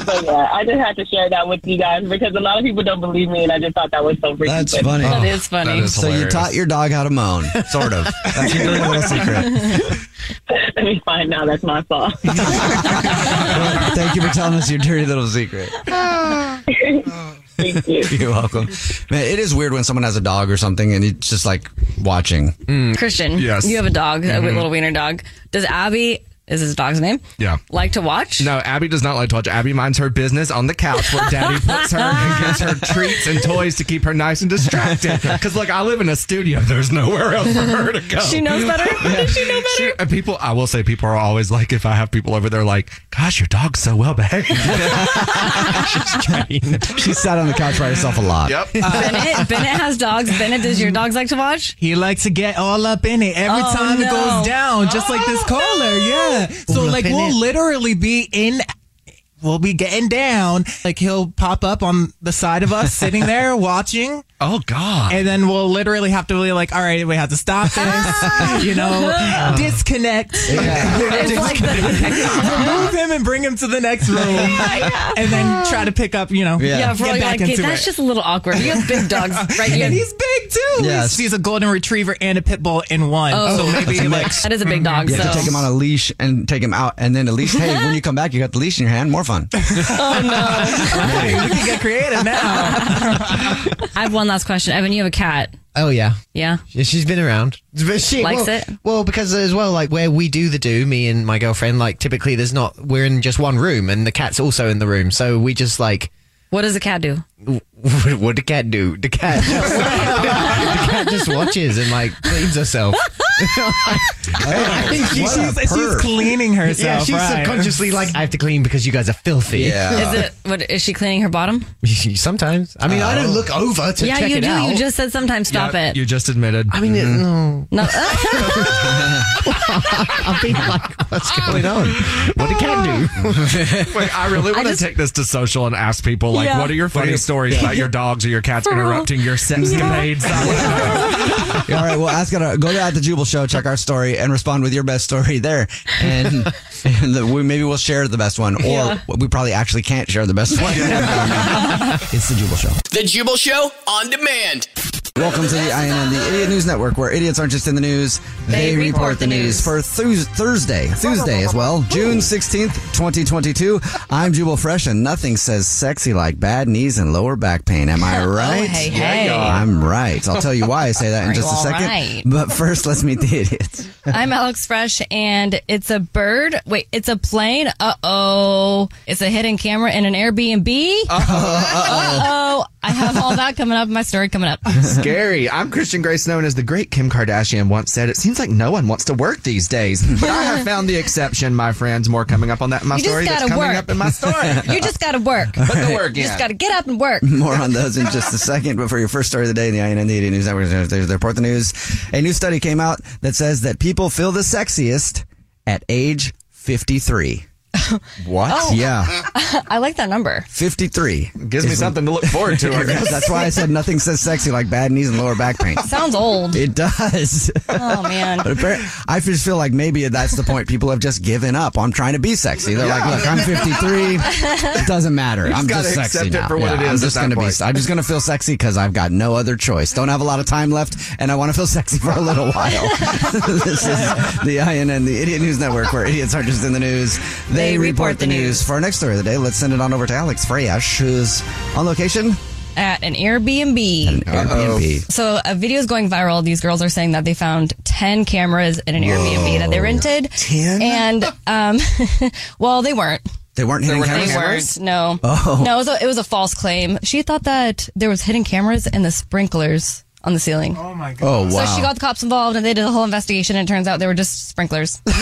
Speaker 14: But yeah, I just had to share that with you guys because a lot of people don't believe me, and I just thought that was so freaky.
Speaker 3: That's
Speaker 14: but-
Speaker 3: funny. so you
Speaker 10: hilarious.
Speaker 3: taught your dog how to moan, sort of. That's your dirty little secret.
Speaker 14: Let me find out. That's my fault.
Speaker 3: Well, thank you for telling us your dirty little secret.
Speaker 14: Thank you.
Speaker 3: You're welcome. Man, it is weird when someone has a dog or something and it's just like watching.
Speaker 14: Mm.
Speaker 12: Christian, you have a dog, a
Speaker 14: Mm-hmm.
Speaker 3: Mhm.
Speaker 12: little wiener dog. Does Abby? Is his dog's name?
Speaker 4: Yeah.
Speaker 12: Like to watch?
Speaker 4: No, Abby does not like to watch. Abby minds her business on the couch where daddy puts her and gives her treats and toys to keep her nice and distracted. Because, look, I live in a studio. There's nowhere else for her to go.
Speaker 12: She knows better? Does she know
Speaker 4: better? and people, I will say, people are always like, if I have people over, they're like, gosh, your dog's so well behaved. She's trained.
Speaker 3: She sat on the couch by herself a lot.
Speaker 4: Yep.
Speaker 12: Bennett, Bennett has dogs. Bennett, does your dogs like to watch?
Speaker 6: He likes to get all up in it every
Speaker 12: Oh,
Speaker 6: time it
Speaker 12: no. Oh,
Speaker 6: goes down, just like this caller. Yeah. So
Speaker 12: All up
Speaker 6: like
Speaker 12: in
Speaker 6: we'll
Speaker 12: it.
Speaker 6: literally be in we'll be getting down. Like he'll pop up on the side of us sitting there watching.
Speaker 4: Oh God.
Speaker 6: And then we'll literally have to be like, all right, we have to stop this. you
Speaker 10: Ah.
Speaker 6: know, disconnect.
Speaker 12: It's like the-
Speaker 6: Remove him and bring him to the next room. And then try to pick up, you know,
Speaker 12: Yeah, for
Speaker 6: get
Speaker 12: all you're
Speaker 6: back
Speaker 12: like,
Speaker 6: into
Speaker 12: that's
Speaker 6: it.
Speaker 12: just a little awkward. You have big dogs, right? You have-
Speaker 6: And he's big too.
Speaker 3: Yes.
Speaker 6: He's, he's a golden retriever and a pit bull in one.
Speaker 12: Oh.
Speaker 6: So maybe
Speaker 3: That's a
Speaker 6: like
Speaker 3: mix. Mm-hmm.
Speaker 12: That is a big dog,
Speaker 3: You have
Speaker 12: so-
Speaker 3: to take him on a leash and take him out, and then at least, hey, when you come back, you got the leash in your hand. More fun.
Speaker 12: oh no.
Speaker 6: we can get creative now.
Speaker 12: I have one last question. Evan, you have a cat.
Speaker 10: Oh yeah,
Speaker 12: yeah.
Speaker 10: Yeah, she's been around. But she
Speaker 12: Likes
Speaker 10: well,
Speaker 12: it?
Speaker 10: Well, because as well, like where we do the do, me and my girlfriend, like typically there's not we're in just one room, and the cat's also in the room, so we just like.
Speaker 12: What does the cat do?
Speaker 10: w- w- What the cat do? The cat, just, the cat just watches and like cleans herself. Oh, I think she-
Speaker 6: She's- she's, cleaning herself.
Speaker 10: yeah, she's
Speaker 6: right.
Speaker 10: subconsciously like, I have to clean because you guys are filthy. Uh,
Speaker 12: Is it? What is she cleaning her bottom?
Speaker 10: Sometimes, I mean, I don't look over to
Speaker 12: yeah,
Speaker 10: check
Speaker 12: you
Speaker 10: it
Speaker 12: do.
Speaker 10: out.
Speaker 12: You just said sometimes. Stop
Speaker 4: Yeah,
Speaker 12: it.
Speaker 4: You just admitted. Mm-hmm. I
Speaker 10: mean, it, no.
Speaker 12: No.
Speaker 5: uh,
Speaker 10: I've been like, what's going on? What did cat do?
Speaker 12: Oh,
Speaker 4: Wait, I really want to take this to social and ask people, like,
Speaker 10: Yeah.
Speaker 4: what are your
Speaker 10: What
Speaker 4: funny
Speaker 10: are-
Speaker 4: stories
Speaker 10: yeah.
Speaker 4: about your dogs or your cats
Speaker 10: For real.
Speaker 4: interrupting your sexcapades? I wanna
Speaker 3: All right, well, ask at our, go to at the Jubal Show, check our story, and respond with your best story there, and and the, we, maybe we'll share the best one, or
Speaker 2: Yeah.
Speaker 3: we probably actually can't share the best one. it's the Jubal Show.
Speaker 2: The Jubal Show on demand.
Speaker 3: Welcome to the INN, the Idiot News Network, where idiots aren't just in the news, they, report, the news. For Thus Thursday, Thursday as well, June 16th, 2022. I'm Jubal Fresh, and nothing says sexy like bad knees and lower back pain. Am I right?
Speaker 2: hey, hey. Yeah, you are.
Speaker 3: I'm right. I'll tell you why I say that in
Speaker 12: Are
Speaker 3: just a
Speaker 12: you all
Speaker 3: second.
Speaker 12: right?
Speaker 3: But first, let's meet the idiots.
Speaker 5: I'm Alex Fresh, and it's a bird. Wait, it's a plane. Uh oh. It's a hidden camera in an Airbnb. Uh oh. I have all that coming up. My story coming up.
Speaker 4: Scary. I'm Christian Grace, known as the great Kim Kardashian once said, It seems like no one wants to work these days. But I have found the exception, my friends. More coming up on that in my
Speaker 5: you
Speaker 4: story.
Speaker 5: just
Speaker 4: That's
Speaker 5: gotta
Speaker 4: coming
Speaker 5: work.
Speaker 4: up in my story.
Speaker 5: you just gotta work.
Speaker 3: Put the work
Speaker 5: You
Speaker 3: in.
Speaker 5: just gotta get up and work.
Speaker 3: More on those in just a second. But for your first story of the day in the INN, the Idiot News Network, there's there's the report the news. A new study came out that says that people feel the sexiest at age 53. what?
Speaker 5: Oh.
Speaker 3: Yeah.
Speaker 5: I like that number.
Speaker 3: 53.
Speaker 4: Gives me something to look forward to, I guess.
Speaker 3: That's why I said nothing says sexy like bad knees and lower back pain.
Speaker 5: Sounds old.
Speaker 3: It does.
Speaker 5: Oh, man.
Speaker 3: But appar- I just feel like maybe that's the point. People have just given up on trying to be sexy. They're like, look, I'm 53. It doesn't matter.
Speaker 4: You just
Speaker 3: I'm
Speaker 4: gotta
Speaker 3: just sexy
Speaker 4: accept it
Speaker 3: now.
Speaker 4: for what it
Speaker 3: I'm
Speaker 4: is
Speaker 3: just
Speaker 4: at
Speaker 3: gonna
Speaker 4: that point.
Speaker 3: be. I'm just gonna feel sexy because I've got no other choice. Don't have a lot of time left, and I want to feel sexy for a little while. this is the INN, the Idiot News Network, where idiots aren't just in the news. They, report, the news. For our next story of the day, let's send it on over to Alex Freyash, who's on location
Speaker 12: at an Airbnb.
Speaker 16: Airbnb.
Speaker 12: So a video is going viral. These girls are saying that they found 10 cameras in an Airbnb that they rented. 10? And, um, well, they weren't.
Speaker 3: They weren't
Speaker 12: They
Speaker 3: hitting
Speaker 12: weren't.
Speaker 3: cameras?
Speaker 12: No.
Speaker 3: Oh.
Speaker 12: No, it was, a, it was a false claim. She thought that there was hidden cameras in the sprinklers on the ceiling. Oh my
Speaker 3: Oh, wow.
Speaker 12: So she got the cops involved and they did a whole investigation and it turns out they were just sprinklers. No.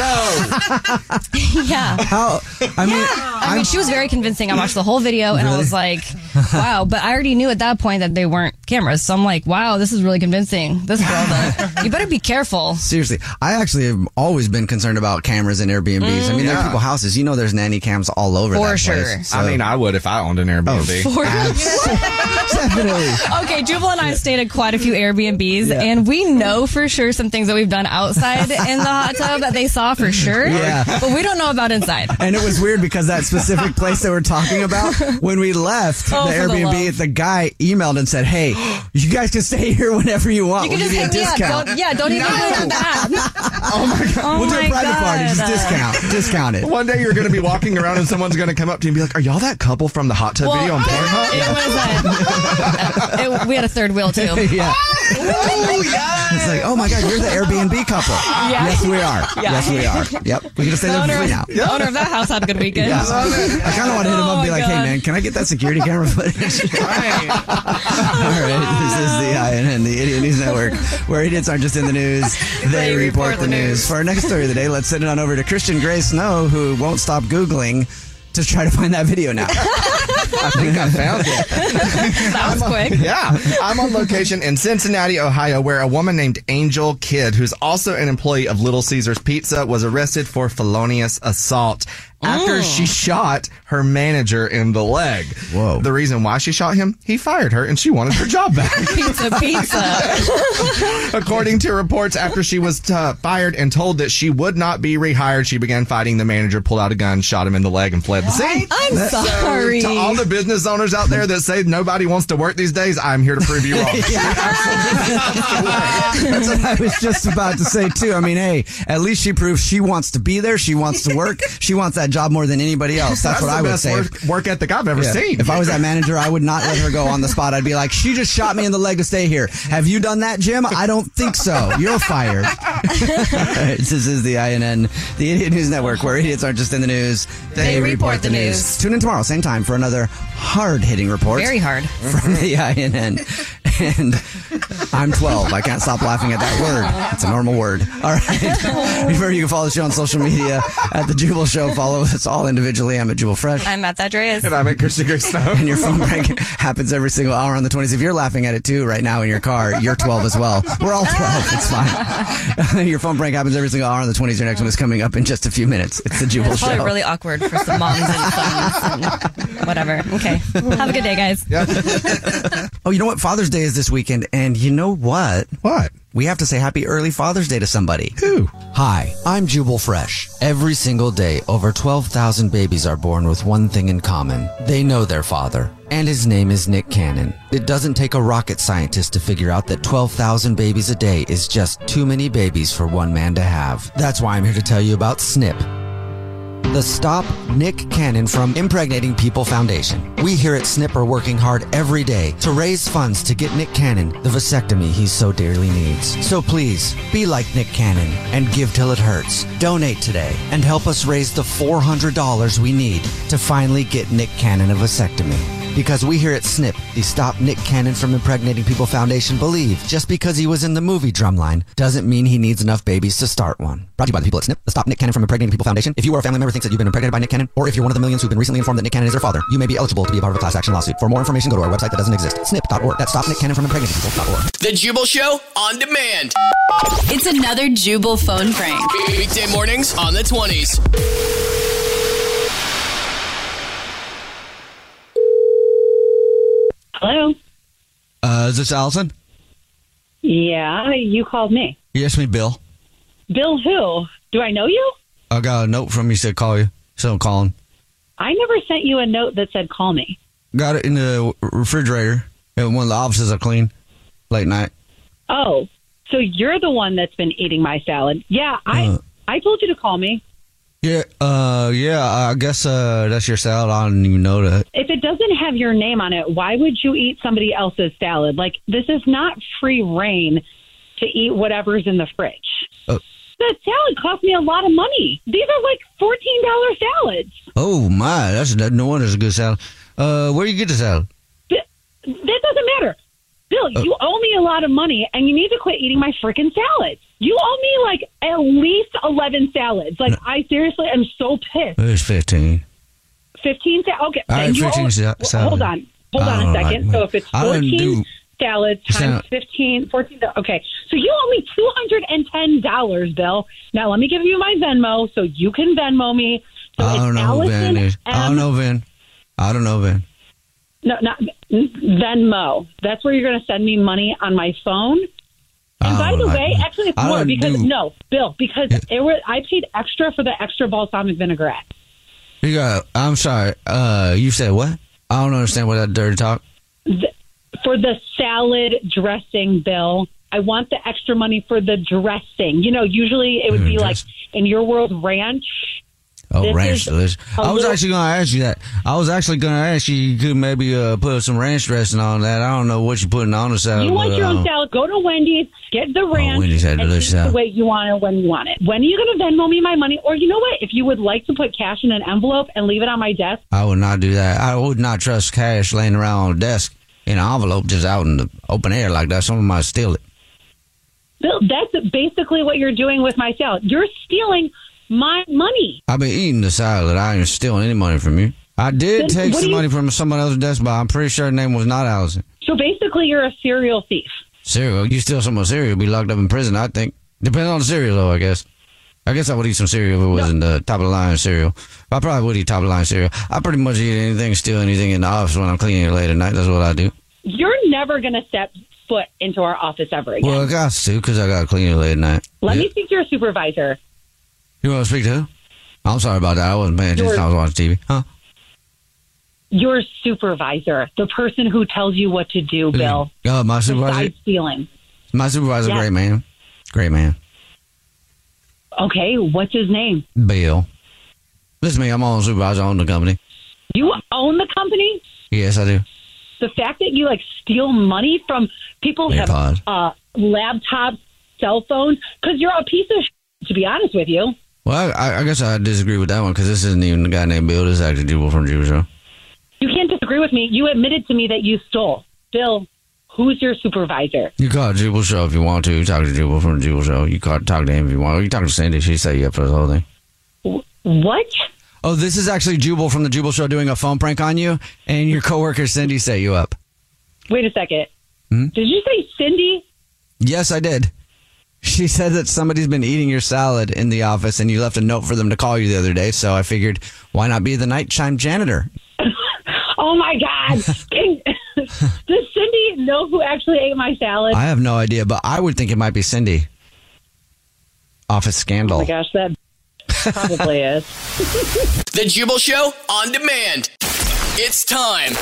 Speaker 12: yeah.
Speaker 3: How? I mean,
Speaker 12: I mean, she was very convincing. I watched the whole video and I
Speaker 3: Really?
Speaker 12: was like, wow. But I already knew at that point that they weren't cameras. So I'm like, wow, this is really convincing. This girl, though, you better be careful.
Speaker 3: Seriously, I actually have always been concerned about cameras in Airbnbs. I mean, there
Speaker 4: Yeah.
Speaker 3: are people's houses. You know, there's nanny cams all over.
Speaker 12: Mm, For
Speaker 3: that
Speaker 12: sure.
Speaker 3: Place, Oh,
Speaker 4: I mean, I would if I owned an Airbnb.
Speaker 12: For-
Speaker 3: Definitely.
Speaker 12: Okay, Jubal and I stayed at quite a few Airbnbs, and we know for sure some things that we've done outside in the hot tub that they saw for sure.
Speaker 3: Yeah.
Speaker 12: But we don't know about inside.
Speaker 3: And it was weird because that specific place that we're talking about, when we left
Speaker 12: Oh,
Speaker 3: the
Speaker 12: for the
Speaker 3: Airbnb, the, guy emailed and said, "Hey, you guys can stay here whenever you want.
Speaker 12: You can
Speaker 3: we'll
Speaker 12: just
Speaker 3: give
Speaker 12: hit
Speaker 3: you a
Speaker 12: me up.
Speaker 3: discount.
Speaker 12: Don't, yeah, don't even include that.
Speaker 3: Oh my god.
Speaker 12: Oh
Speaker 3: we'll do
Speaker 12: my
Speaker 3: a private party. Just
Speaker 12: God.
Speaker 3: discount. Discount it.
Speaker 4: One day you're going to be walking around and someone's going to come up to you and be like, "Are y'all that couple from the hot tub video on Pornhub?"
Speaker 12: It was a, it, we had a third wheel too.
Speaker 3: yeah. It's like, oh my god, you're the Airbnb couple.
Speaker 12: Yeah.
Speaker 3: Yes, we are.
Speaker 12: Yeah.
Speaker 3: Yes, we are. Yep, we can stay
Speaker 12: The
Speaker 3: there
Speaker 12: owner,
Speaker 3: for free now.
Speaker 12: the owner of that house had a good weekend.
Speaker 3: Yeah. I kind of want to hit him up and be like, hey, man, can I get that security camera footage? All right. This is the INN, the Idiot News Network, where idiots aren't just in the news, they, report, the news. For our next story of the day, let's send it on over to Christian Gray Snow, who won't stop Googling to try to find that video now. I
Speaker 4: think I found it.
Speaker 12: that
Speaker 3: Oh
Speaker 12: was quick.
Speaker 4: Yeah. I'm on location in Cincinnati, Ohio, where a woman named Angel Kidd, who's also an employee of Little Caesars Pizza, was arrested for felonious assault after she
Speaker 12: Oh.
Speaker 4: shot her manager in the leg. Whoa. The reason why she shot him, he fired her and she wanted her job back.
Speaker 12: Pizza, pizza.
Speaker 4: According to reports, after she was uh, fired and told that she would not be rehired, she began fighting the manager, pulled out a gun, shot him in the leg, and fled the scene.
Speaker 12: I'm
Speaker 4: So,
Speaker 12: sorry.
Speaker 4: to all the business owners out there that say nobody wants to work these days, I'm here to prove you wrong.
Speaker 3: That's what I was just about to say too. I mean, hey, at least she proves she wants to be there. She wants to work. She wants that job more than anybody else.
Speaker 4: That's
Speaker 3: That's, what
Speaker 4: the
Speaker 3: I would
Speaker 4: best
Speaker 3: say.
Speaker 4: work- work ethic I've ever seen.
Speaker 3: If I was that manager, I would not let her go on the spot. I'd be like, she just shot me in the leg to stay here. Have you done that, Jim? I don't think so. You're fired. All right, this is the INN, the Idiot News Network, where idiots aren't just in the news.
Speaker 12: They report the news.
Speaker 3: Tune in tomorrow, same time, for another hard-hitting report.
Speaker 12: Very hard.
Speaker 3: From the INN. And I'm 12. I can't stop laughing at that word. It's a normal word. All right. Remember, you can follow the show on social media at The Jubal Show. Follow us all individually. I'm at Jubal Fresh.
Speaker 12: I'm at that dress.
Speaker 4: And I'm at Christian Gray Snow.
Speaker 3: And your phone prank happens every single hour on the 20s. If you're laughing at it too right now in your car, you're 12 as well. We're all 12. It's fine. your phone prank happens every single hour on the 20s. Your next one is coming up in just a few minutes. It's The Jubal
Speaker 12: It's probably
Speaker 3: Show.
Speaker 12: really awkward for some moms and sons and whatever. Okay. Have a good day, guys.
Speaker 3: Oh, you know what? Father's Day is this weekend, and you know what? What? We have to say happy early Father's Day to somebody. Who? Hi, I'm Jubal Fresh. Every single day, over 12,000 babies are born with one thing in common they know their father. And his name is Nick Cannon. It doesn't take a rocket scientist to figure out that 12,000 babies a day is just too many babies for one man to have. That's why I'm here to tell you about SNP. The Stop Nick Cannon from Impregnating People Foundation. We here at SNP are working hard every day to raise funds to get Nick Cannon the vasectomy he so dearly needs. So please, be like Nick Cannon and give till it hurts. Donate today and help us raise the $400 we need to finally get Nick Cannon a vasectomy. Because we here at SNP, the Stop Nick Cannon from Impregnating People Foundation, believe just because he was in the movie Drumline doesn't mean he needs enough babies to start one. Brought to you by the people at SNP, the Stop Nick Cannon from Impregnating People Foundation. If you or a family member thinks that you've been impregnated by Nick Cannon, or if you're one of the millions who've been recently informed that Nick Cannon is their father, you may be eligible to be a part of a class action lawsuit. For more information, go to our website that doesn't exist, snip.org. That's Stop Nick Cannon from Impregnating People.org.
Speaker 2: The Jubal Show on demand.
Speaker 17: It's another Jubal phone prank.
Speaker 2: Weekday mornings on the 20s.
Speaker 3: Hello. Uh, is this Allison?
Speaker 15: Yeah, you called me.
Speaker 3: Yes, me, Bill.
Speaker 15: Bill who? Do I know you?
Speaker 3: I got a note from you said call you, so I'm calling.
Speaker 15: I never sent you a note that said call me.
Speaker 3: Got it in the refrigerator and one of the offices I clean late night.
Speaker 15: Uh.
Speaker 3: Uh,
Speaker 15: Oh, so you're the one that's been eating my salad. Yeah, I I told you to call me.
Speaker 3: Yeah, uh, yeah. I guess uh, that's your salad. I didn't even know that.
Speaker 15: If it doesn't have your name on it, why would you eat somebody else's salad? Like, this is not free reign to eat whatever's in the fridge. Uh.
Speaker 3: Oh.
Speaker 15: That salad cost me a lot of money. These are like $14 salads.
Speaker 3: Oh my, that's that, no wonder it's a good salad. Uh, where you get the salad?
Speaker 15: That doesn't matter. Bill,
Speaker 3: Oh.
Speaker 15: you owe me a lot of money and you need to quit eating my freaking salads. You owe me like at least 11 salads. Like, I seriously am so pissed.
Speaker 3: It's fifteen.
Speaker 15: 15 salads. Okay.
Speaker 3: All right,
Speaker 15: then you
Speaker 3: 15
Speaker 15: owe-
Speaker 3: sa-
Speaker 15: well,
Speaker 3: salad.
Speaker 15: Hold on. Hold
Speaker 3: I
Speaker 15: on a
Speaker 3: don't
Speaker 15: second.
Speaker 3: like-
Speaker 15: so if it's
Speaker 3: I don't
Speaker 15: 14
Speaker 3: do-
Speaker 15: salads times
Speaker 3: Salad.
Speaker 15: fifteen, fourteen. 15, 14, okay. So you owe me $210, Bill. Now let me give you my Venmo so you can Venmo me.
Speaker 3: I don't know who
Speaker 15: Allison
Speaker 3: Van is. I don't know Van. I don't know Van.
Speaker 15: No, not Venmo. That's where you're going to send me money on my phone. And by
Speaker 3: Oh,
Speaker 15: the
Speaker 3: I-
Speaker 15: way, actually, it's
Speaker 3: I
Speaker 15: more
Speaker 3: don't
Speaker 15: because
Speaker 3: do-
Speaker 15: no, Bill, because it was I paid extra for the extra balsamic vinaigrette.
Speaker 3: You got. I'm sorry. Uh, you said what? I don't understand what that dirty talk.
Speaker 15: Th- for the salad dressing bill. I want the extra money for the dressing. You know, usually it would
Speaker 3: Mm,
Speaker 15: be like in your world ranch.
Speaker 3: Oh,
Speaker 15: This
Speaker 3: ranch
Speaker 15: is
Speaker 3: delicious.
Speaker 15: a
Speaker 3: I was
Speaker 15: little-
Speaker 3: actually gonna ask you that. I was actually gonna ask you. You could maybe uh, put some ranch dressing on that. I don't know what you're putting on the salad.
Speaker 15: you want
Speaker 3: but,
Speaker 15: your own
Speaker 3: um,
Speaker 15: salad? Go to Wendy's, get the ranch,
Speaker 3: Oh, Wendy's had
Speaker 15: and
Speaker 3: delicious
Speaker 15: eat the
Speaker 3: salad.
Speaker 15: way you want it when you want it. When are you going to Venmo me my money? Or you know what? If you would like to put cash in an envelope and leave it on my desk,
Speaker 3: I would not do that. I would not trust cash laying around on a desk in an envelope just out in the open air like that. Someone might steal it.
Speaker 15: Bill, that's basically what you're doing with my salad. You're stealing my money.
Speaker 3: I've been eating the salad. I ain't stealing any money from you. I did
Speaker 15: Then
Speaker 3: take
Speaker 15: what
Speaker 3: some
Speaker 15: do you-
Speaker 3: money from someone else's desk, but I'm pretty sure her name was not Allison.
Speaker 15: So basically, you're a serial thief.
Speaker 3: Cereal. You steal some of cereal, be locked up in prison, I think. Depends on the cereal, though, I guess. I guess I would eat some cereal if it was in the top of the line cereal. I probably would eat top of the line cereal. I pretty much eat anything, steal anything in the office when I'm cleaning it late at night. That's what I do.
Speaker 15: You're never going to step foot into our office ever again.
Speaker 3: Well, I got to because I got to clean it late at night.
Speaker 15: Let
Speaker 3: Yeah.
Speaker 15: me speak to your supervisor.
Speaker 3: You want to speak to who? I'm sorry about that. I wasn't paying attention. I was watching TV. Huh?
Speaker 15: Your supervisor, the person who tells you what to do, Bill.
Speaker 3: Uh, my supervisor.
Speaker 15: Side stealing.
Speaker 3: My supervisor,
Speaker 15: Yeah.
Speaker 3: great man. Great man.
Speaker 15: Okay, what's his name?
Speaker 3: Bill. Listen to me. I'm on supervisor. I own the company.
Speaker 15: You own the company.
Speaker 3: Yes, I do.
Speaker 15: The fact that you like steal money from people who have
Speaker 3: AirPod.
Speaker 15: uh, laptops, cell phones, because you're a piece of. Sh- to be honest with you.
Speaker 3: Well, I, I guess I disagree with that one because this isn't even the guy named Bill. This is actually Jubal from Jubal Show.
Speaker 15: You can't disagree with me. You admitted to me that you stole. Bill, who's your supervisor?
Speaker 3: You call it Jubal Show if you want to. You talk to Jubal from Jubal Show. You call, talk to him if you want. You talk to Cindy. She set you up for this whole thing.
Speaker 15: What?
Speaker 3: Oh, this is actually Jubal from the Jubal Show doing a phone prank on you, and your coworker Cindy set you up.
Speaker 15: Wait a second.
Speaker 3: Hmm?
Speaker 15: Did you say Cindy?
Speaker 3: Yes, I did. She said that somebody's been eating your salad in the office and you left a note for them to call you the other day. So I figured, why not be the nighttime janitor?
Speaker 15: Oh my God. Dang. Does Cindy know who actually ate my salad?
Speaker 3: I have no idea, but I would think it might be Cindy. Office
Speaker 15: oh
Speaker 3: scandal.
Speaker 15: my gosh, that probably is.
Speaker 2: The Jubal Show on demand. It's time.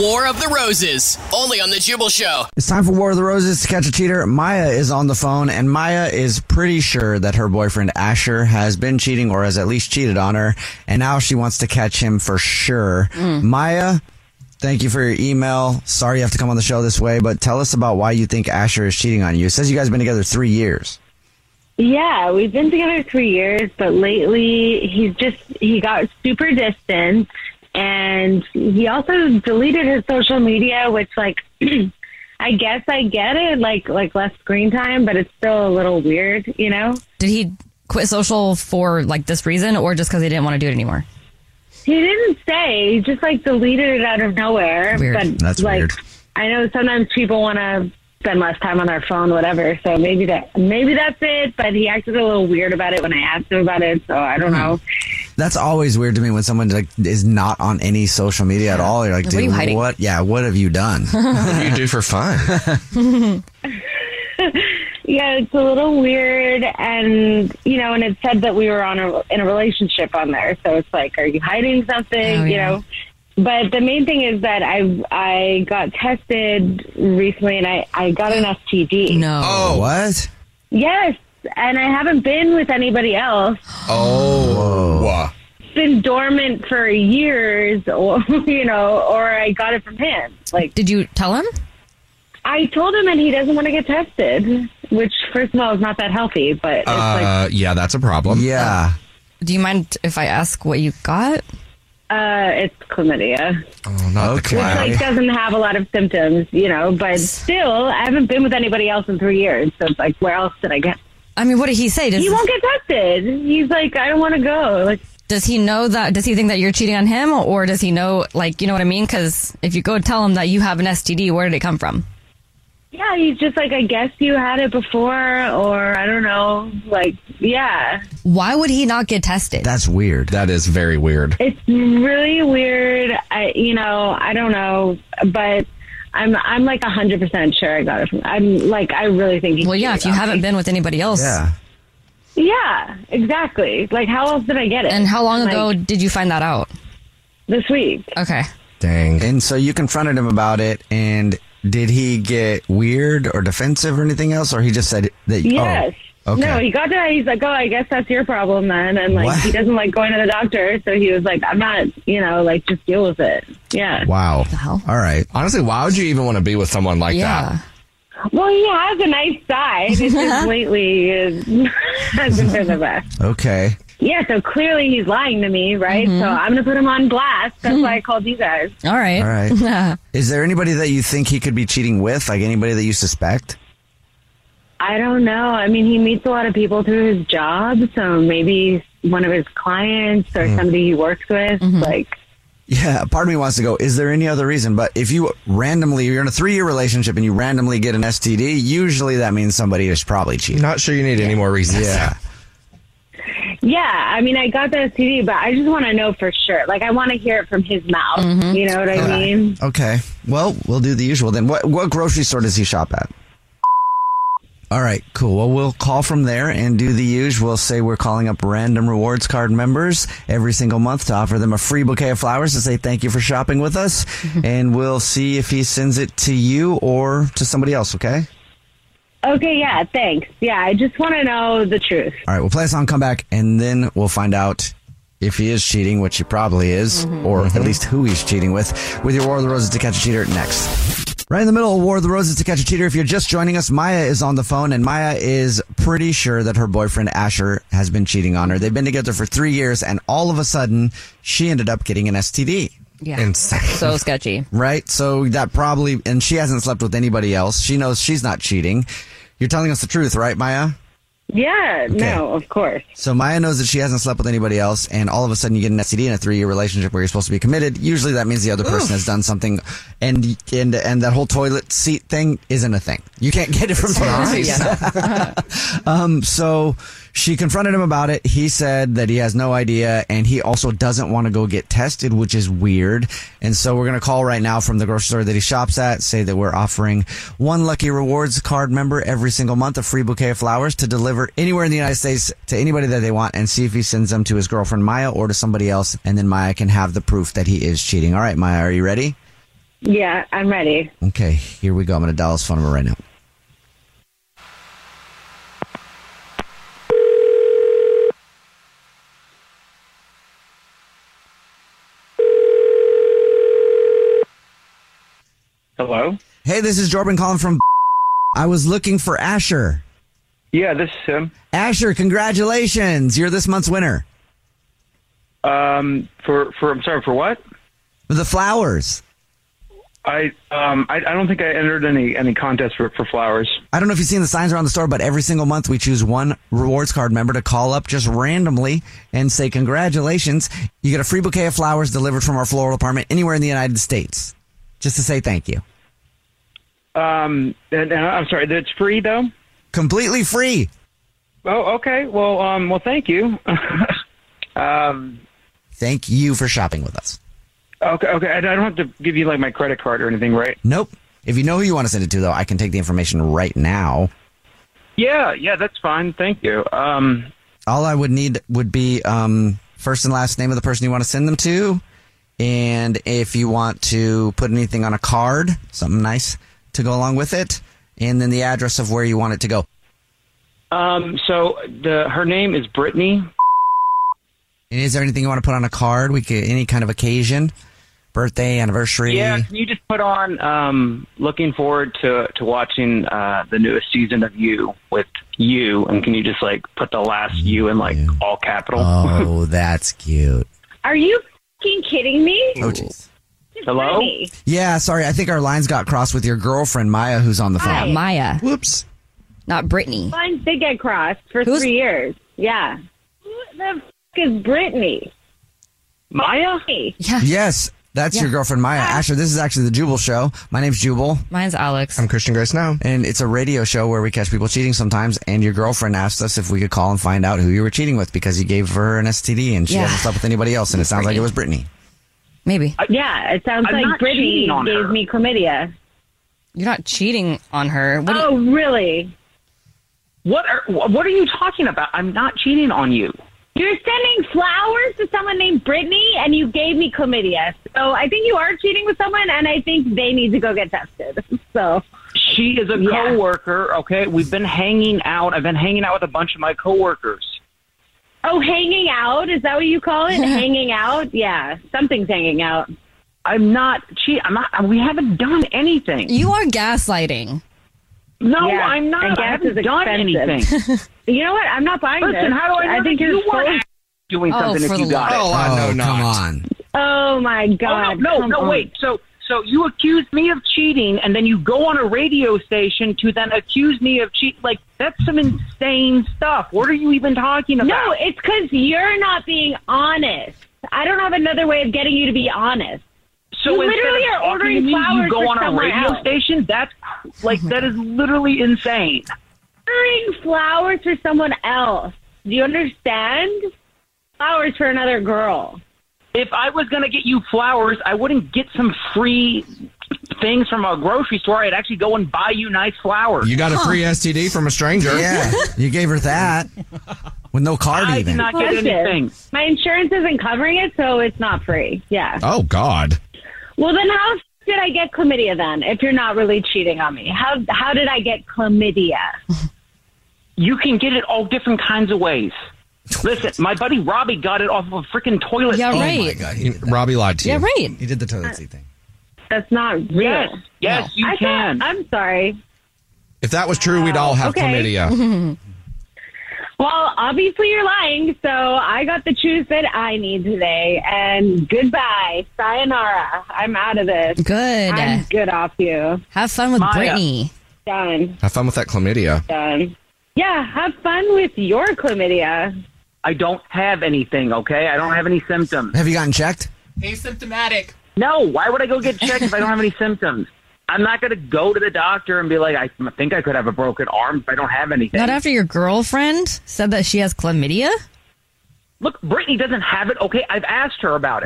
Speaker 2: War of the Roses, only on The Jubal Show.
Speaker 3: It's time for War of the Roses to catch a cheater. Maya is on the phone, and Maya is pretty sure that her boyfriend Asher has been cheating or has at least cheated on her, and now she wants to catch him for sure.
Speaker 18: Mm.
Speaker 3: Maya, thank you for your email. Sorry you have to come on the show this way, but tell us about why you think Asher is cheating on you. It says you guys have been together three years.
Speaker 18: Yeah, we've been together three years, but lately he's just he got super distant, and he also deleted his social media, which like I guess I get it, like like less screen time, but it's still a little weird, you know.
Speaker 12: Did he quit social for like this reason or just because he didn't want to do it anymore?
Speaker 18: He didn't say; he just like deleted it out of nowhere.
Speaker 12: Weird.
Speaker 18: But
Speaker 12: That's
Speaker 18: like,
Speaker 12: weird.
Speaker 18: I know sometimes people want to spend less time on their phone, whatever. So maybe that maybe that's it. But he acted a little weird about it when I asked him about it. So I don't
Speaker 12: Hmm.
Speaker 18: know.
Speaker 3: That's always weird to me when someone like is not on any social media at all. You're like,
Speaker 18: What are you
Speaker 3: dude,
Speaker 18: hiding?"
Speaker 3: what? Yeah, what have you done? what
Speaker 4: do you do for fun?
Speaker 18: yeah, it's a little weird, and you know, and it said that we were on a in a relationship on there, so it's like, are you hiding something?
Speaker 19: Oh,
Speaker 18: you
Speaker 19: yeah.
Speaker 18: know. But the main thing is that I I got tested recently, and I I got an STD.
Speaker 12: No.
Speaker 3: Oh, what?
Speaker 18: Yes, and I haven't been with anybody else.
Speaker 3: Oh,
Speaker 18: been dormant for years, or you know, or I got it from him. Like,
Speaker 12: did you tell him?
Speaker 18: I told him, and he doesn't want to get tested, which, first of all, is not that healthy. But it's like,
Speaker 4: Uh, yeah, that's a problem.
Speaker 3: Yeah.
Speaker 12: Do you mind if I ask what you got?
Speaker 18: uh, it's chlamydia.
Speaker 4: Oh, not
Speaker 18: Which like doesn't have a lot of symptoms, you know, but still, I haven't been with anybody else in three years, so it's like, where else did I get?
Speaker 12: I mean, what did he say? Does
Speaker 18: he won't get tested. He's like, I don't want to go. Like,
Speaker 12: does he know that? Does he think that you're cheating on him, or does he know? Like, you know what I mean? Because if you go tell him that you have an STD, where did it come from?
Speaker 18: Yeah, he's just like, I guess you had it before, or I don't know. Like, yeah.
Speaker 12: Why would he not get tested?
Speaker 4: That's weird. That is very weird.
Speaker 18: It's really weird. I, you know, I don't know, but I'm, I'm like 100% sure I got it from, I'm like, I really think he
Speaker 12: Well, yeah. If you haven't been with anybody else, yeah.
Speaker 18: Yeah, exactly. Like, how else did I get it?
Speaker 12: And how long
Speaker 18: Like,
Speaker 12: ago did you find that out?
Speaker 18: This week.
Speaker 12: Okay.
Speaker 3: Dang. And so you confronted him about it, and did he get weird or defensive or anything else, or he just said that?
Speaker 18: Yes.
Speaker 3: Oh, okay.
Speaker 18: No, he got that. He's like, oh, I guess that's your problem then. And like,
Speaker 3: What?
Speaker 18: he doesn't like going to the doctor. So he was like, I'm not, you know, like, just deal with it. Yeah.
Speaker 4: Wow.
Speaker 3: All right.
Speaker 4: Honestly, why would you even want to be with someone like
Speaker 18: Yeah.
Speaker 4: that?
Speaker 18: Well, he has a nice side. It's just lately is- hasn't been the best.
Speaker 3: Okay.
Speaker 18: Yeah, so clearly he's lying to me, right?
Speaker 12: Mm-hmm.
Speaker 18: So I'm going to put him on blast. That's why I called you guys.
Speaker 12: All right.
Speaker 3: All right. Is there anybody that you think he could be cheating with? Like anybody that you suspect?
Speaker 18: I don't know. I mean, he meets a lot of people through his job. So maybe one of his clients or
Speaker 3: Mm.
Speaker 18: somebody he works with.
Speaker 3: Mm-hmm.
Speaker 18: Like,
Speaker 3: Yeah, part of me wants to go. Is there any other reason? But if you randomly, you're in a three year relationship and you randomly get an STD, usually that means somebody is probably cheating.
Speaker 4: Not sure you need any more reasons.
Speaker 3: Yeah.
Speaker 18: Yeah, I mean, I got the STD, but I just want to know for sure. Like, I want to hear it from his mouth.
Speaker 3: Mm-hmm.
Speaker 18: You know what I
Speaker 3: Okay.
Speaker 18: mean?
Speaker 3: Okay. Well, we'll do the usual then. What what grocery store does he shop at? All right, cool. Well, we'll call from there and do the usual. We'll say we're calling up random rewards card members every single month to offer them a free bouquet of flowers to say thank you for shopping with us. and we'll see if he sends it to you or to somebody else, okay?
Speaker 18: Okay, yeah, thanks. Yeah, I just want to know the truth.
Speaker 3: All right, we'll play a song, come back, and then we'll find out if he is cheating, which he probably is, or at least who he's cheating with, with your War of the Roses to Catch a Cheater next. Right in the middle of War of the Roses to Catch a Cheater, if you're just joining us, Maya is on the phone, and Maya is pretty sure that her boyfriend Asher has been cheating on her. They've been together for three years, and all of a sudden, she ended up getting an STD.
Speaker 12: Yeah. So sketchy.
Speaker 3: Right? So that probably, and she hasn't slept with anybody else. She knows she's not cheating. You're telling us the truth, right, Maya?
Speaker 18: Yeah,
Speaker 3: Okay.
Speaker 18: no, of course.
Speaker 3: So Maya knows that she hasn't slept with anybody else, and all of a sudden you get an STD in a three-year relationship where you're supposed to be committed. Usually that means the other person
Speaker 4: Oof.
Speaker 3: has done something, and and and that whole toilet seat thing isn't a thing. You can't get it from
Speaker 4: It's
Speaker 3: someone
Speaker 4: not.
Speaker 3: else. um, so she confronted him about it. He said that he has no idea, and he also doesn't want to go get tested, which is weird. And so we're gonna call right now from the grocery store that he shops at. Say that we're offering one lucky rewards card member every single month a free bouquet of flowers to deliver anywhere in the United States to anybody that they want, and see if he sends them to his girlfriend Maya or to somebody else, and then Maya can have the proof that he is cheating. All right, Maya, are you ready?
Speaker 18: Yeah, I'm ready.
Speaker 3: Okay, here we go. I'm gonna dial his phone number right now.
Speaker 19: Hello?
Speaker 3: Hey, this is Jordan calling from. I was looking for Asher.
Speaker 19: Yeah, this is him.
Speaker 3: Asher, congratulations! You're this month's winner.
Speaker 19: Um, for, for, I'm sorry, for what?
Speaker 3: The flowers.
Speaker 19: I, um, I, I don't think I entered any, any contest for, for flowers.
Speaker 3: I don't know if you've seen the signs around the store, but every single month we choose one rewards card member to call up just randomly and say, Congratulations. You get a free bouquet of flowers delivered from our floral department anywhere in the United States just to say thank you.
Speaker 19: Um, and, and I'm sorry, that's free though?
Speaker 3: Completely free.
Speaker 19: Oh, okay. Well, um, well, thank you. um,
Speaker 3: Thank you for shopping with us.
Speaker 19: okay, okay. I, I don't have to give you like my credit card or anything, right?
Speaker 3: Nope. If you know who you want to send it to, though, I can take the information right now.
Speaker 19: Yeah, yeah, that's fine. Thank you. Um,
Speaker 3: All I would need would be um, first and last name of the person you want to send them to. And if you want to put anything on a card, something nice to go along with it. And then the address of where you want it to go.
Speaker 19: um, so the, her name is Brittany.
Speaker 3: And is there anything you want to put on a card? We could any kind of occasion, birthday, anniversary.
Speaker 20: Yeah, can you just put on um, looking forward to to watching uh, the newest season of You with you, and can you just like put the last you in like all capital?
Speaker 21: Oh, that's cute.
Speaker 18: Are you fucking kidding me?
Speaker 3: Oh, jeez.
Speaker 20: Hello.
Speaker 3: Yeah, sorry. I think our lines got crossed with your girlfriend Maya, who's on the phone.
Speaker 18: Hi.
Speaker 12: Ah, Maya.
Speaker 3: Whoops.
Speaker 12: Not Brittany.
Speaker 18: Mine did get crossed for three years. Yeah. Who the f- is Brittany?
Speaker 20: Maya?
Speaker 3: Yes, that's
Speaker 18: Yeah.
Speaker 3: your girlfriend Maya. Asher, this is actually the Jubal Show. My name's Jubal.
Speaker 12: Mine's Alex.
Speaker 3: I'm Christian Grace Now. And it's a radio show where we catch people cheating sometimes. And your girlfriend asked us if we could call and find out who you were cheating with because you gave her an STD and she
Speaker 18: Yeah.
Speaker 3: hasn't slept with anybody else. And it sounds like it was Brittany.
Speaker 12: Maybe.
Speaker 18: yeah, it sounds
Speaker 12: I'm
Speaker 18: like
Speaker 12: not
Speaker 18: Brittany
Speaker 12: cheating on
Speaker 18: gave
Speaker 12: her.
Speaker 18: me chlamydia.
Speaker 12: You're not cheating on her. What
Speaker 18: oh, really?
Speaker 20: What are what are you talking about? I'm not cheating on you.
Speaker 18: You're sending flowers to someone named Brittany, and you gave me chlamydia. So I think you are cheating with someone, and I think they need to go get tested. So
Speaker 20: She is a coworker. Okay, we've been hanging out. I've been hanging out with a bunch of my coworkers.
Speaker 18: Oh, hanging out? Is that what you call it? hanging out? Yeah, something's hanging out.
Speaker 20: I'm not cheat. I'm not. We haven't done anything.
Speaker 12: You are gaslighting.
Speaker 20: No,
Speaker 18: Yeah,
Speaker 20: I'm not.
Speaker 18: and
Speaker 20: I
Speaker 18: gas
Speaker 20: haven't
Speaker 18: is
Speaker 20: done
Speaker 18: expensive.
Speaker 20: anything.
Speaker 18: You know what? I'm not buying
Speaker 20: Listen,
Speaker 18: this.
Speaker 20: how do I know that
Speaker 18: think
Speaker 20: you
Speaker 18: you're
Speaker 20: weren't
Speaker 18: full-
Speaker 20: doing
Speaker 18: Oh,
Speaker 20: something
Speaker 18: for
Speaker 20: if you
Speaker 18: the
Speaker 20: got
Speaker 18: Lord.
Speaker 20: it.
Speaker 18: Oh, I know
Speaker 3: come
Speaker 20: not.
Speaker 3: on.
Speaker 18: Oh my
Speaker 20: Oh,
Speaker 18: god!
Speaker 20: no, no,
Speaker 18: come
Speaker 20: no
Speaker 18: on.
Speaker 20: wait. So, so you accuse me of cheating, and then you go on a radio station to then accuse me of cheat. Like that's some insane stuff. What are you even talking about?
Speaker 18: No, it's because you're not being honest. I don't have another way of getting you to be honest.
Speaker 20: so
Speaker 18: you
Speaker 20: instead
Speaker 18: literally
Speaker 20: of
Speaker 18: are
Speaker 20: talking
Speaker 18: ordering
Speaker 20: to me,
Speaker 18: flowers
Speaker 20: you go
Speaker 18: for
Speaker 20: on a
Speaker 18: someone
Speaker 20: radio
Speaker 18: else.
Speaker 20: station. That's like that is literally insane.
Speaker 18: ordering flowers for someone else. Do you understand? Flowers for another girl.
Speaker 20: If I was gonna get you flowers, I wouldn't get some free things from a grocery store. I'd actually go and buy you nice flowers.
Speaker 4: You got a free STD from a stranger.
Speaker 3: Yeah, you gave her that with no card
Speaker 20: I did
Speaker 3: even.
Speaker 20: not get anything.
Speaker 18: My insurance isn't covering it, so it's not free. Yeah.
Speaker 4: Oh God.
Speaker 18: Well, then how f- did I get chlamydia then? If you're not really cheating on me, how how did I get chlamydia?
Speaker 20: You can get it all different kinds of ways. Listen, my buddy Robbie got it off of a freaking toilet.
Speaker 12: Yeah,
Speaker 20: seat.
Speaker 12: right.
Speaker 4: Oh, Robbie lied to you.
Speaker 12: Yeah, right.
Speaker 3: He did the toilet seat thing.
Speaker 18: That's not real.
Speaker 20: Yes, yes, you
Speaker 18: I
Speaker 20: can.
Speaker 18: Thought, I'm sorry.
Speaker 4: If that was true, we'd all have
Speaker 18: Okay. Mm-hmm.
Speaker 4: chlamydia.
Speaker 18: Well, obviously you're lying. So I got the choose that I need today, and goodbye, sayonara. I'm out of this.
Speaker 12: Good.
Speaker 18: I'm good off you.
Speaker 12: Have fun with
Speaker 18: Maya.
Speaker 12: Brittany.
Speaker 18: Done.
Speaker 4: Have fun with that chlamydia.
Speaker 18: Done. Yeah. Have fun with your chlamydia.
Speaker 20: I don't have anything, okay? I don't have any symptoms.
Speaker 3: Have you gotten checked?
Speaker 6: Asymptomatic.
Speaker 20: No, why would I go get checked if I don't have any symptoms? I'm not going to go to the doctor and be like, I think I could have a broken arm if I don't have anything.
Speaker 12: Not after your girlfriend said that she has chlamydia?
Speaker 20: Look, Brittany doesn't have it, okay? I've asked her about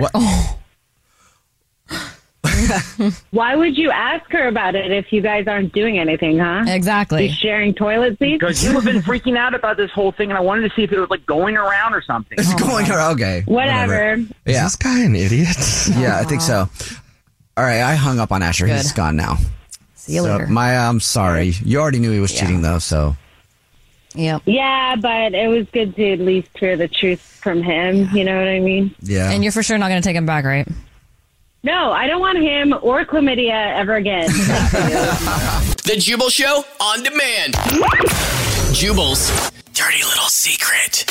Speaker 20: it.
Speaker 18: Why would you ask her about it if you guys aren't doing anything, huh?
Speaker 12: Exactly.
Speaker 18: You sharing toilet seats?
Speaker 20: Because you have been freaking out about this whole thing, and I wanted to see if it was like going around or something.
Speaker 3: It's going around. Okay.
Speaker 18: Whatever.
Speaker 3: Yeah.
Speaker 4: Is this guy an idiot?
Speaker 3: Yeah, I think so. All right, I hung up on Asher.
Speaker 12: Good.
Speaker 3: He's gone now.
Speaker 12: See you
Speaker 3: So,
Speaker 12: later.
Speaker 3: Maya, I'm sorry. You already knew he was cheating though, so
Speaker 12: Yep.
Speaker 18: Yeah, but it was good to at least hear the truth from him. You know what I mean?
Speaker 3: yeah.
Speaker 12: And you're for sure not going to take him back, right?
Speaker 18: No, I don't want him or chlamydia ever again.
Speaker 2: The Jubal Show on demand. Jubal's dirty little secret.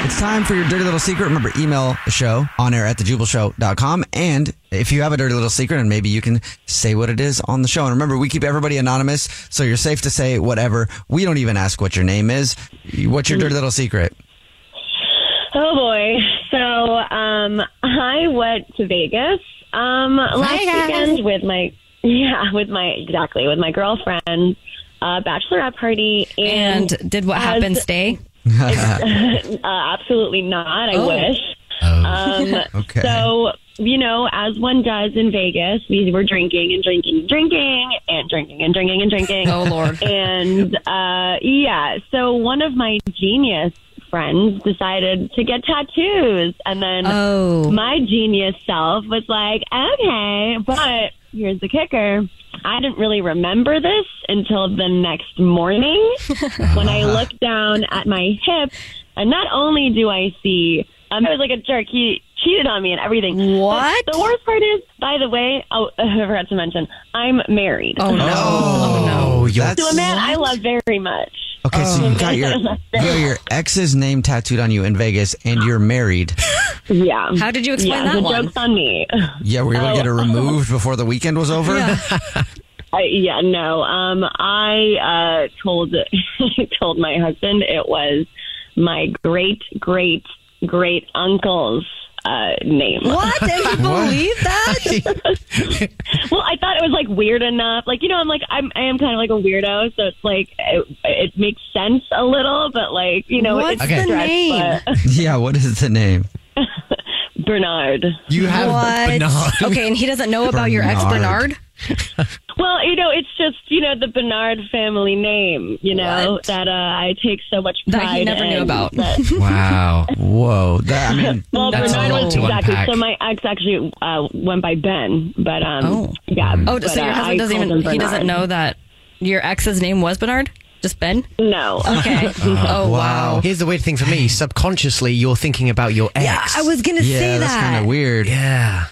Speaker 3: It's time for your dirty little secret. Remember, email the show on air at thejubelshow.com. And if you have a dirty little secret, and maybe you can say what it is on the show. And remember, we keep everybody anonymous, so you're safe to say whatever. We don't even ask what your name is. What's your dirty little secret?
Speaker 22: Oh boy. So um I went to Vegas um last weekend with my yeah, with my exactly, with my girlfriend uh bachelorette party and,
Speaker 12: Did what happen
Speaker 22: as-
Speaker 12: stay?
Speaker 22: uh, absolutely not. I
Speaker 12: Oh.
Speaker 22: wish. Um,
Speaker 12: Okay.
Speaker 22: So, you know, as one does in Vegas, we were drinking and drinking and drinking and drinking and drinking and drinking.
Speaker 12: Oh, Lord.
Speaker 22: And uh, yeah, so one of my genius friends decided to get tattoos. And then my genius self was like, okay, but here's the kicker. I didn't really remember this until the next morning when I looked down at my hip And not only do I see, um, I was like a jerk. He cheated on me and everything. What? The, worst part is, by the way, oh, I forgot to mention, I'm married. Oh no! Oh,
Speaker 3: Oh, yo-
Speaker 22: To a man I love very much.
Speaker 3: Okay, so you got your you got your ex's name tattooed on you in Vegas, and you're married.
Speaker 22: Yeah.
Speaker 12: How did you explain
Speaker 22: Yeah,
Speaker 12: that
Speaker 22: the
Speaker 12: one?
Speaker 22: Joke's on me.
Speaker 3: Yeah, were you able to get
Speaker 22: Oh.
Speaker 3: it removed before the weekend was over?
Speaker 22: I, yeah, no. Um, I uh, told I told my husband it was my great great great uncle's uh, name.
Speaker 12: What? And he believed
Speaker 22: that? well, I thought it was like weird enough. Like you know, I'm like I'm I am kind of like a weirdo, so it's like it, it makes sense a little, but like you know,
Speaker 12: What's
Speaker 22: it's
Speaker 3: the
Speaker 22: stretched,
Speaker 12: name?
Speaker 22: but-
Speaker 3: yeah, what is the name?
Speaker 22: Bernard.
Speaker 3: You have
Speaker 12: What?
Speaker 3: Bernard.
Speaker 12: Okay, and he doesn't know about your ex Bernard.
Speaker 3: Bernard.
Speaker 22: Well, you know, it's just you know the Bernard family name, you know that uh, I take so much pride
Speaker 12: That he never knew
Speaker 22: in,
Speaker 12: about.
Speaker 22: that-
Speaker 3: Wow. Whoa. That, I mean,
Speaker 22: well,
Speaker 3: that's a
Speaker 22: Bernard
Speaker 3: lot
Speaker 22: was
Speaker 3: to
Speaker 22: exactly.
Speaker 3: unpack.
Speaker 22: So my ex actually uh, went by Ben, but um, yeah.
Speaker 12: Oh,
Speaker 22: but,
Speaker 12: so your
Speaker 22: uh,
Speaker 12: husband
Speaker 22: I
Speaker 12: doesn't
Speaker 22: called
Speaker 12: even
Speaker 22: him
Speaker 12: he doesn't
Speaker 22: Bernard.
Speaker 12: know that your ex's name was Bernard. Just Ben.
Speaker 22: No.
Speaker 12: Okay. oh wow.
Speaker 10: Here's the weird thing for me. Subconsciously, you're thinking about your ex.
Speaker 12: Yeah, I was gonna Yeah, say that's that. kinda
Speaker 3: weird.
Speaker 10: Yeah.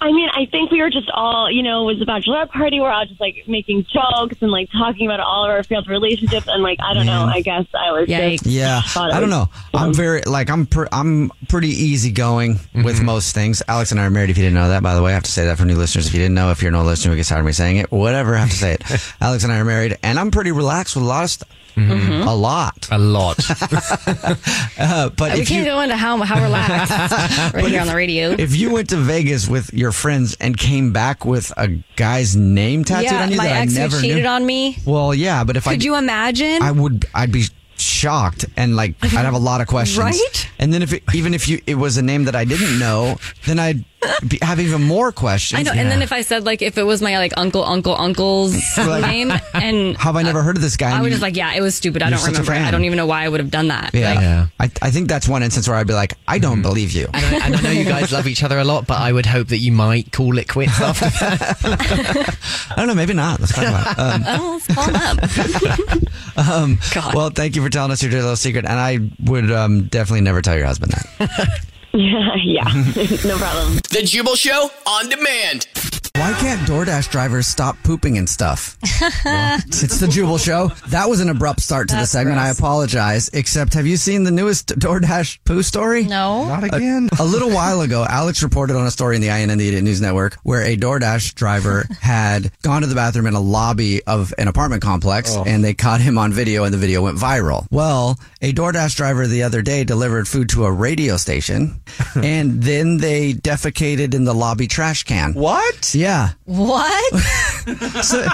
Speaker 22: I mean, I think we were just all, you know, it was a bachelorette party. We're all just like making jokes and like talking about all of our failed relationships. And like, I don't know, I guess I was just.
Speaker 3: Yeah,
Speaker 22: thought it
Speaker 3: I don't know. I'm very like I'm per, I'm pretty easygoing with
Speaker 12: Mm-hmm.
Speaker 3: most things. Alex and I are married. If you didn't know that, by the way, I have to say that for new listeners. If you didn't know, if you're an old listener who gets tired of me saying it, whatever, I have to say it. Alex and I are married, and I'm pretty relaxed with a lot of stuff.
Speaker 12: Mhm.
Speaker 3: A lot, a lot. uh, but
Speaker 12: we
Speaker 3: if
Speaker 12: can't
Speaker 3: you,
Speaker 12: go into how how relaxed right
Speaker 3: But
Speaker 12: here
Speaker 3: if-
Speaker 12: on the radio.
Speaker 3: if you went to Vegas with your friends and came back with a guy's name tattooed
Speaker 12: yeah,
Speaker 3: on you
Speaker 12: my
Speaker 3: that
Speaker 12: ex
Speaker 3: I never
Speaker 12: who cheated
Speaker 3: knew,
Speaker 12: on me.
Speaker 3: well, yeah, but if I
Speaker 12: Could you imagine?
Speaker 3: I would. I'd be shocked, and like I'd have a lot of questions.
Speaker 12: Right?
Speaker 3: And then if it, even if you it was a name that I didn't know, then I'd be, have even more questions.
Speaker 12: I know. And then if I said like if it was my like uncle, uncle, uncle's
Speaker 3: Like-
Speaker 12: name, and
Speaker 3: have I never heard of this guy?
Speaker 12: I
Speaker 3: And
Speaker 12: was
Speaker 3: you-
Speaker 12: just like, yeah, it was stupid. I
Speaker 3: you're
Speaker 12: don't
Speaker 3: such a
Speaker 12: remember. it. I
Speaker 3: fan.
Speaker 12: don't even know why I would have done that.
Speaker 3: yeah,
Speaker 12: Like,
Speaker 3: I, I think that's one instance where I'd be like, I don't believe you.
Speaker 10: And I, and I know you guys love each other a lot, but I would hope that you might call it quits after that.
Speaker 3: I don't know, maybe not. Let's talk about. It. Um, uh-huh.
Speaker 12: oh, let's call him up.
Speaker 3: um, Well, thank you for telling us your dirty little secret, and I would um, definitely never tell your husband that.
Speaker 22: Yeah, yeah. no problem.
Speaker 2: The Jubal Show on demand.
Speaker 3: Why can't DoorDash drivers stop pooping and stuff? It's the Jubal Show. That was an abrupt start to
Speaker 12: That's
Speaker 3: the segment. I apologize. Except, have you seen the newest DoorDash poo story?
Speaker 12: No.
Speaker 3: Not again. A, little while ago, Alex reported on a story in the INN, the Idiot News Network, where a DoorDash driver had gone to the bathroom in a lobby of an apartment complex
Speaker 10: Oh.
Speaker 3: and they caught him on video and the video went viral. Well, a DoorDash driver the other day delivered food to a radio station and then they defecated in the lobby trash can. What? Yeah.
Speaker 12: What?
Speaker 3: So-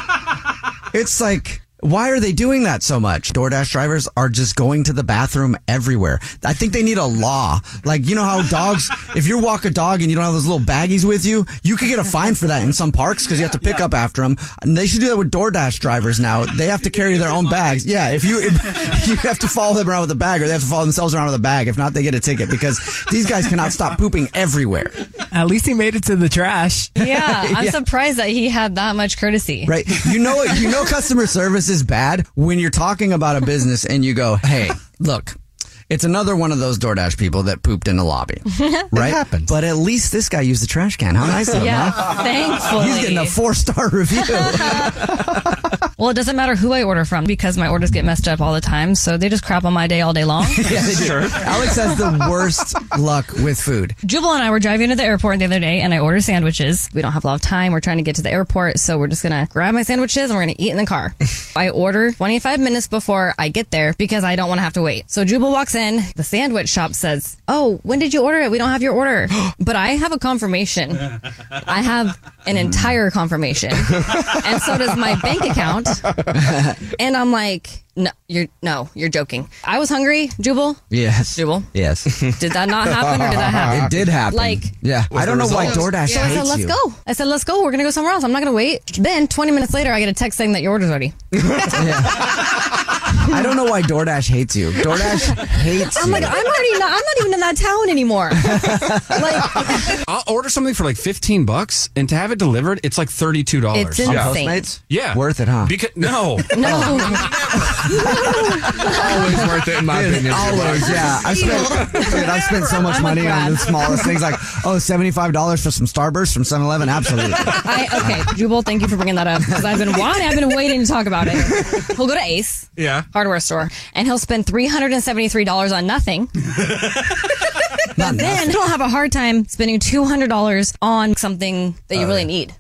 Speaker 3: It's like, why are they doing that so much? DoorDash drivers are just going to the bathroom everywhere. I think they need a law. Like, you know how dogs, if you walk a dog and you don't have those little baggies with you, you could get a fine for that in some parks because you have to pick up after them. And they should do that with DoorDash drivers now. They have to carry their own bags. Yeah. If you, if you have to follow them around with a bag or they have to follow themselves around with a bag. If not, they get a ticket because these guys cannot stop pooping everywhere.
Speaker 6: At least he made it to the trash.
Speaker 12: Yeah, I'm
Speaker 3: Yeah.
Speaker 12: surprised that he had that much courtesy.
Speaker 3: Right. You know you know customer service is bad when you're talking about a business and you go, "Hey, look, it's another one of those DoorDash people that pooped in the lobby." Right? happens. But at least this guy used the trash can. How nice of him.
Speaker 12: Yeah,
Speaker 3: huh?
Speaker 12: thankfully.
Speaker 3: He's getting a four-star review.
Speaker 12: Well, it doesn't matter who I order from because my orders get messed up all the time. So they just crap on my day all day long.
Speaker 3: yeah, they do. Alex has the worst luck with food.
Speaker 12: Jubal and I were driving to the airport the other day, and I ordered sandwiches. We don't have a lot of time. We're trying to get to the airport, so we're just gonna grab my sandwiches and we're gonna eat in the car. I order 25 minutes before I get there because I don't want to have to wait. So Jubal walks in. The sandwich shop says, "Oh, when did you order it? We don't have your order." but I have a confirmation. I have an entire confirmation, and so does my bank account. And I'm like, "No, you're no, you're joking." I was hungry, Jubal.
Speaker 3: Yes.
Speaker 12: Jubal.
Speaker 3: Yes.
Speaker 12: Did that not happen or did that happen?
Speaker 3: It did happen.
Speaker 12: Like,
Speaker 3: yeah. I don't know why
Speaker 12: So I
Speaker 3: DoorDash
Speaker 12: said,
Speaker 3: hates
Speaker 12: let's
Speaker 3: you.
Speaker 12: go. I said, let's go. We're going to go somewhere else. I'm not going to wait. Then 20 minutes later, I get a text saying that your order's ready.
Speaker 3: I don't know why DoorDash hates you. DoorDash hates
Speaker 12: I'm
Speaker 3: you.
Speaker 12: like, I'm already not, I'm not even in that town anymore.
Speaker 23: I'll order something for like 15 bucks and to have it delivered, it's like $32.
Speaker 12: It's On insane. Postmates?
Speaker 23: Yeah.
Speaker 3: Worth it, huh?
Speaker 6: Oh.
Speaker 23: Because, no.
Speaker 12: No.
Speaker 4: always worth it in my
Speaker 3: Dude,
Speaker 4: opinion.
Speaker 3: always, yeah. I spent, dude, I've spent so much
Speaker 4: I'm a
Speaker 3: money on
Speaker 4: grad.
Speaker 3: the smallest things like, oh, $75 for some Starburst from 7 Eleven? Absolutely.
Speaker 12: I okay, Jubal. Thank you for bringing that up because I've been wanting, I've been waiting to talk about it. He'll go to Ace
Speaker 3: Yeah.
Speaker 12: Hardware Store and he'll spend three hundred and seventy three dollars on nothing. But then he'll have a hard time spending two hundred dollars on something that you
Speaker 3: Oh,
Speaker 12: really
Speaker 3: yeah.
Speaker 12: need.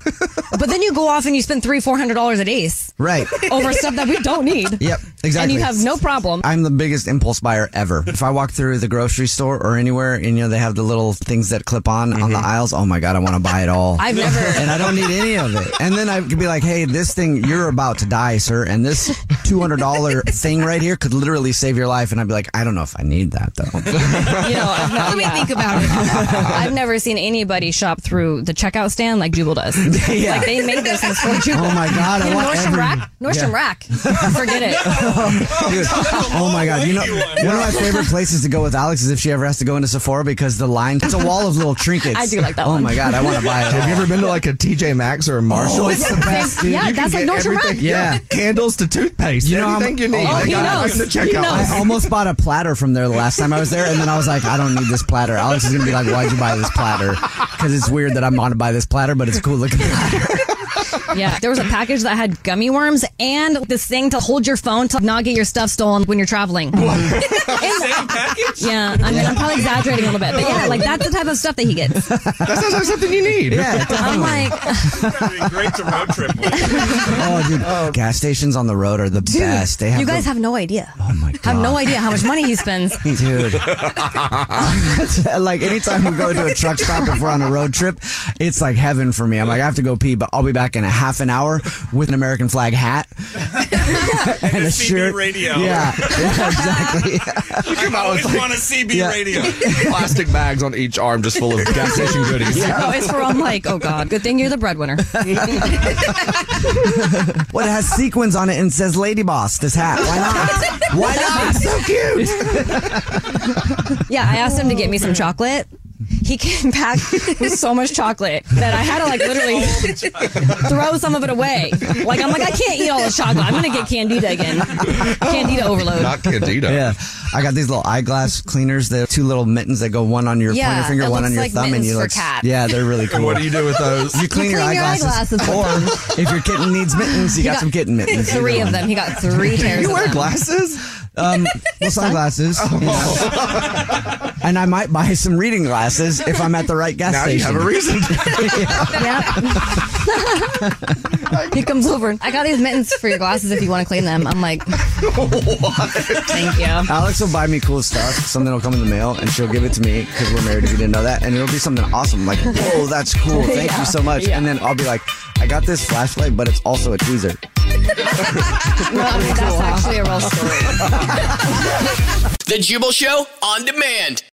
Speaker 12: but then you go off and you spend three four hundred dollars at Ace
Speaker 3: Right.
Speaker 12: over stuff that we don't need.
Speaker 3: Yep, exactly.
Speaker 12: And you have no problem.
Speaker 3: I'm the biggest impulse buyer ever. If I walk through the grocery store or anywhere, and, you know, they have the little things that clip on on the aisles. Oh my God, I want to buy it all.
Speaker 12: I've never-
Speaker 3: And I don't need any of it. And then I could be like, hey, this thing, you're about to die, sir. And this $200 thing right here could literally save your life. And I'd be like, I don't know if I need that though.
Speaker 12: You know, I've not-
Speaker 24: Let me
Speaker 12: yeah.
Speaker 24: think about it.
Speaker 12: I've never seen anybody shop through the checkout stand like Jubal does.
Speaker 3: Yeah.
Speaker 12: Like they make those things for Jubal.
Speaker 3: Oh my God, I
Speaker 12: In
Speaker 3: want
Speaker 12: Nordstrom
Speaker 3: every-
Speaker 12: Rack. Nordstrom
Speaker 3: Yeah.
Speaker 12: Rack. Forget it.
Speaker 3: Dude, oh my god! You know, one of my favorite places to go with Alex is if she ever has to go into Sephora because the line—it's a wall of little trinkets.
Speaker 12: I do like that
Speaker 3: Oh
Speaker 12: one.
Speaker 3: my god, I want to buy it.
Speaker 4: Have you ever been to like a TJ Maxx or a Marshall?
Speaker 3: Oh, it's the best, dude.
Speaker 12: Yeah,
Speaker 4: You can
Speaker 12: that's like
Speaker 4: get
Speaker 12: Nordstrom
Speaker 4: everything-
Speaker 12: Rack.
Speaker 4: Yeah, candles to toothpaste. You know, everything you need.
Speaker 3: oh my
Speaker 4: They got
Speaker 3: God,
Speaker 4: it right in the checkout.
Speaker 3: I almost bought a platter from there the last time I was there, and then I was like, I don't need this platter. Alex is gonna be like, Why'd you buy this platter? Because it's weird that I'm gonna buy this platter, but it's a cool looking platter.
Speaker 12: Yeah. There was a package that had gummy worms and this thing to hold your phone to not get your stuff stolen when you're traveling.
Speaker 24: Same package?
Speaker 12: Yeah. I mean, I'm probably exaggerating a little bit, but yeah, like that's the type of stuff that he gets.
Speaker 4: That sounds like something you need.
Speaker 3: Yeah,
Speaker 12: I'm like,
Speaker 25: Great to road trip with.
Speaker 3: Oh, dude, gas stations on the road are the
Speaker 12: dude,
Speaker 3: best. They have
Speaker 12: you guys
Speaker 3: the-
Speaker 12: have no idea. Oh my god. Have no idea how much money he spends.
Speaker 3: Dude, Oh like anytime we go to a truck stop if we're on a road trip, it's like heaven for me. I'm like, I have to go pee, but I'll be back in a half an hour with an American flag hat and, a shirt.
Speaker 25: radio.
Speaker 3: Yeah, yeah, exactly.
Speaker 4: You come out
Speaker 25: always want a CB
Speaker 4: Yeah.
Speaker 25: radio.
Speaker 4: Plastic bags on each arm just full of gas station goodies.
Speaker 12: Oh, it's for I'm like, oh god, good thing you're the breadwinner.
Speaker 3: What it has sequins on it and says "Lady Boss." This hat. Why not? Why not? It's so cute.
Speaker 12: Yeah, I asked him to get me some chocolate. He came back with so much chocolate that I had to like literally throw some of it away. Like I'm like I can't eat all this chocolate. I'm gonna get candida again. Candida overload.
Speaker 4: Candida.
Speaker 3: Yeah, I got these little eyeglass cleaners. They're two little mittens that go one on your
Speaker 12: Yeah,
Speaker 3: pointer
Speaker 12: it
Speaker 3: finger, one
Speaker 12: looks
Speaker 3: on your
Speaker 12: like
Speaker 3: thumb, and
Speaker 12: mittens
Speaker 3: you
Speaker 12: for
Speaker 3: like.
Speaker 12: cats.
Speaker 3: Yeah, they're really cool.
Speaker 4: What do you do with those?
Speaker 3: You clean, your, eyeglasses.
Speaker 12: eyeglasses.
Speaker 3: or if your kitten needs mittens, you
Speaker 12: He
Speaker 3: got, some kitten mittens.
Speaker 12: Three of them. He got three pairs.
Speaker 3: You
Speaker 12: of
Speaker 3: wear
Speaker 12: them.
Speaker 3: glasses? Um, well, sunglasses.
Speaker 4: Oh.
Speaker 3: yeah. and I might buy some reading glasses if I'm at the right gas
Speaker 4: Now you
Speaker 3: station.
Speaker 4: have a reason.
Speaker 12: Yep. he comes over. I got these mittens for your glasses if you want to clean them. I'm like, thank you.
Speaker 3: Alex will buy me cool stuff. Something will come in the mail, and she'll give it to me because we're married. If you didn't know that, and it'll be something awesome. Like, whoa, that's cool. Thank
Speaker 12: Yeah,
Speaker 3: you so much.
Speaker 12: yeah.
Speaker 3: And then I'll be like, I got this flashlight, but it's also a tweezer.
Speaker 12: No, I mean, that's actually a real story.
Speaker 2: The Jubal Show on demand.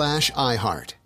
Speaker 26: iHeart.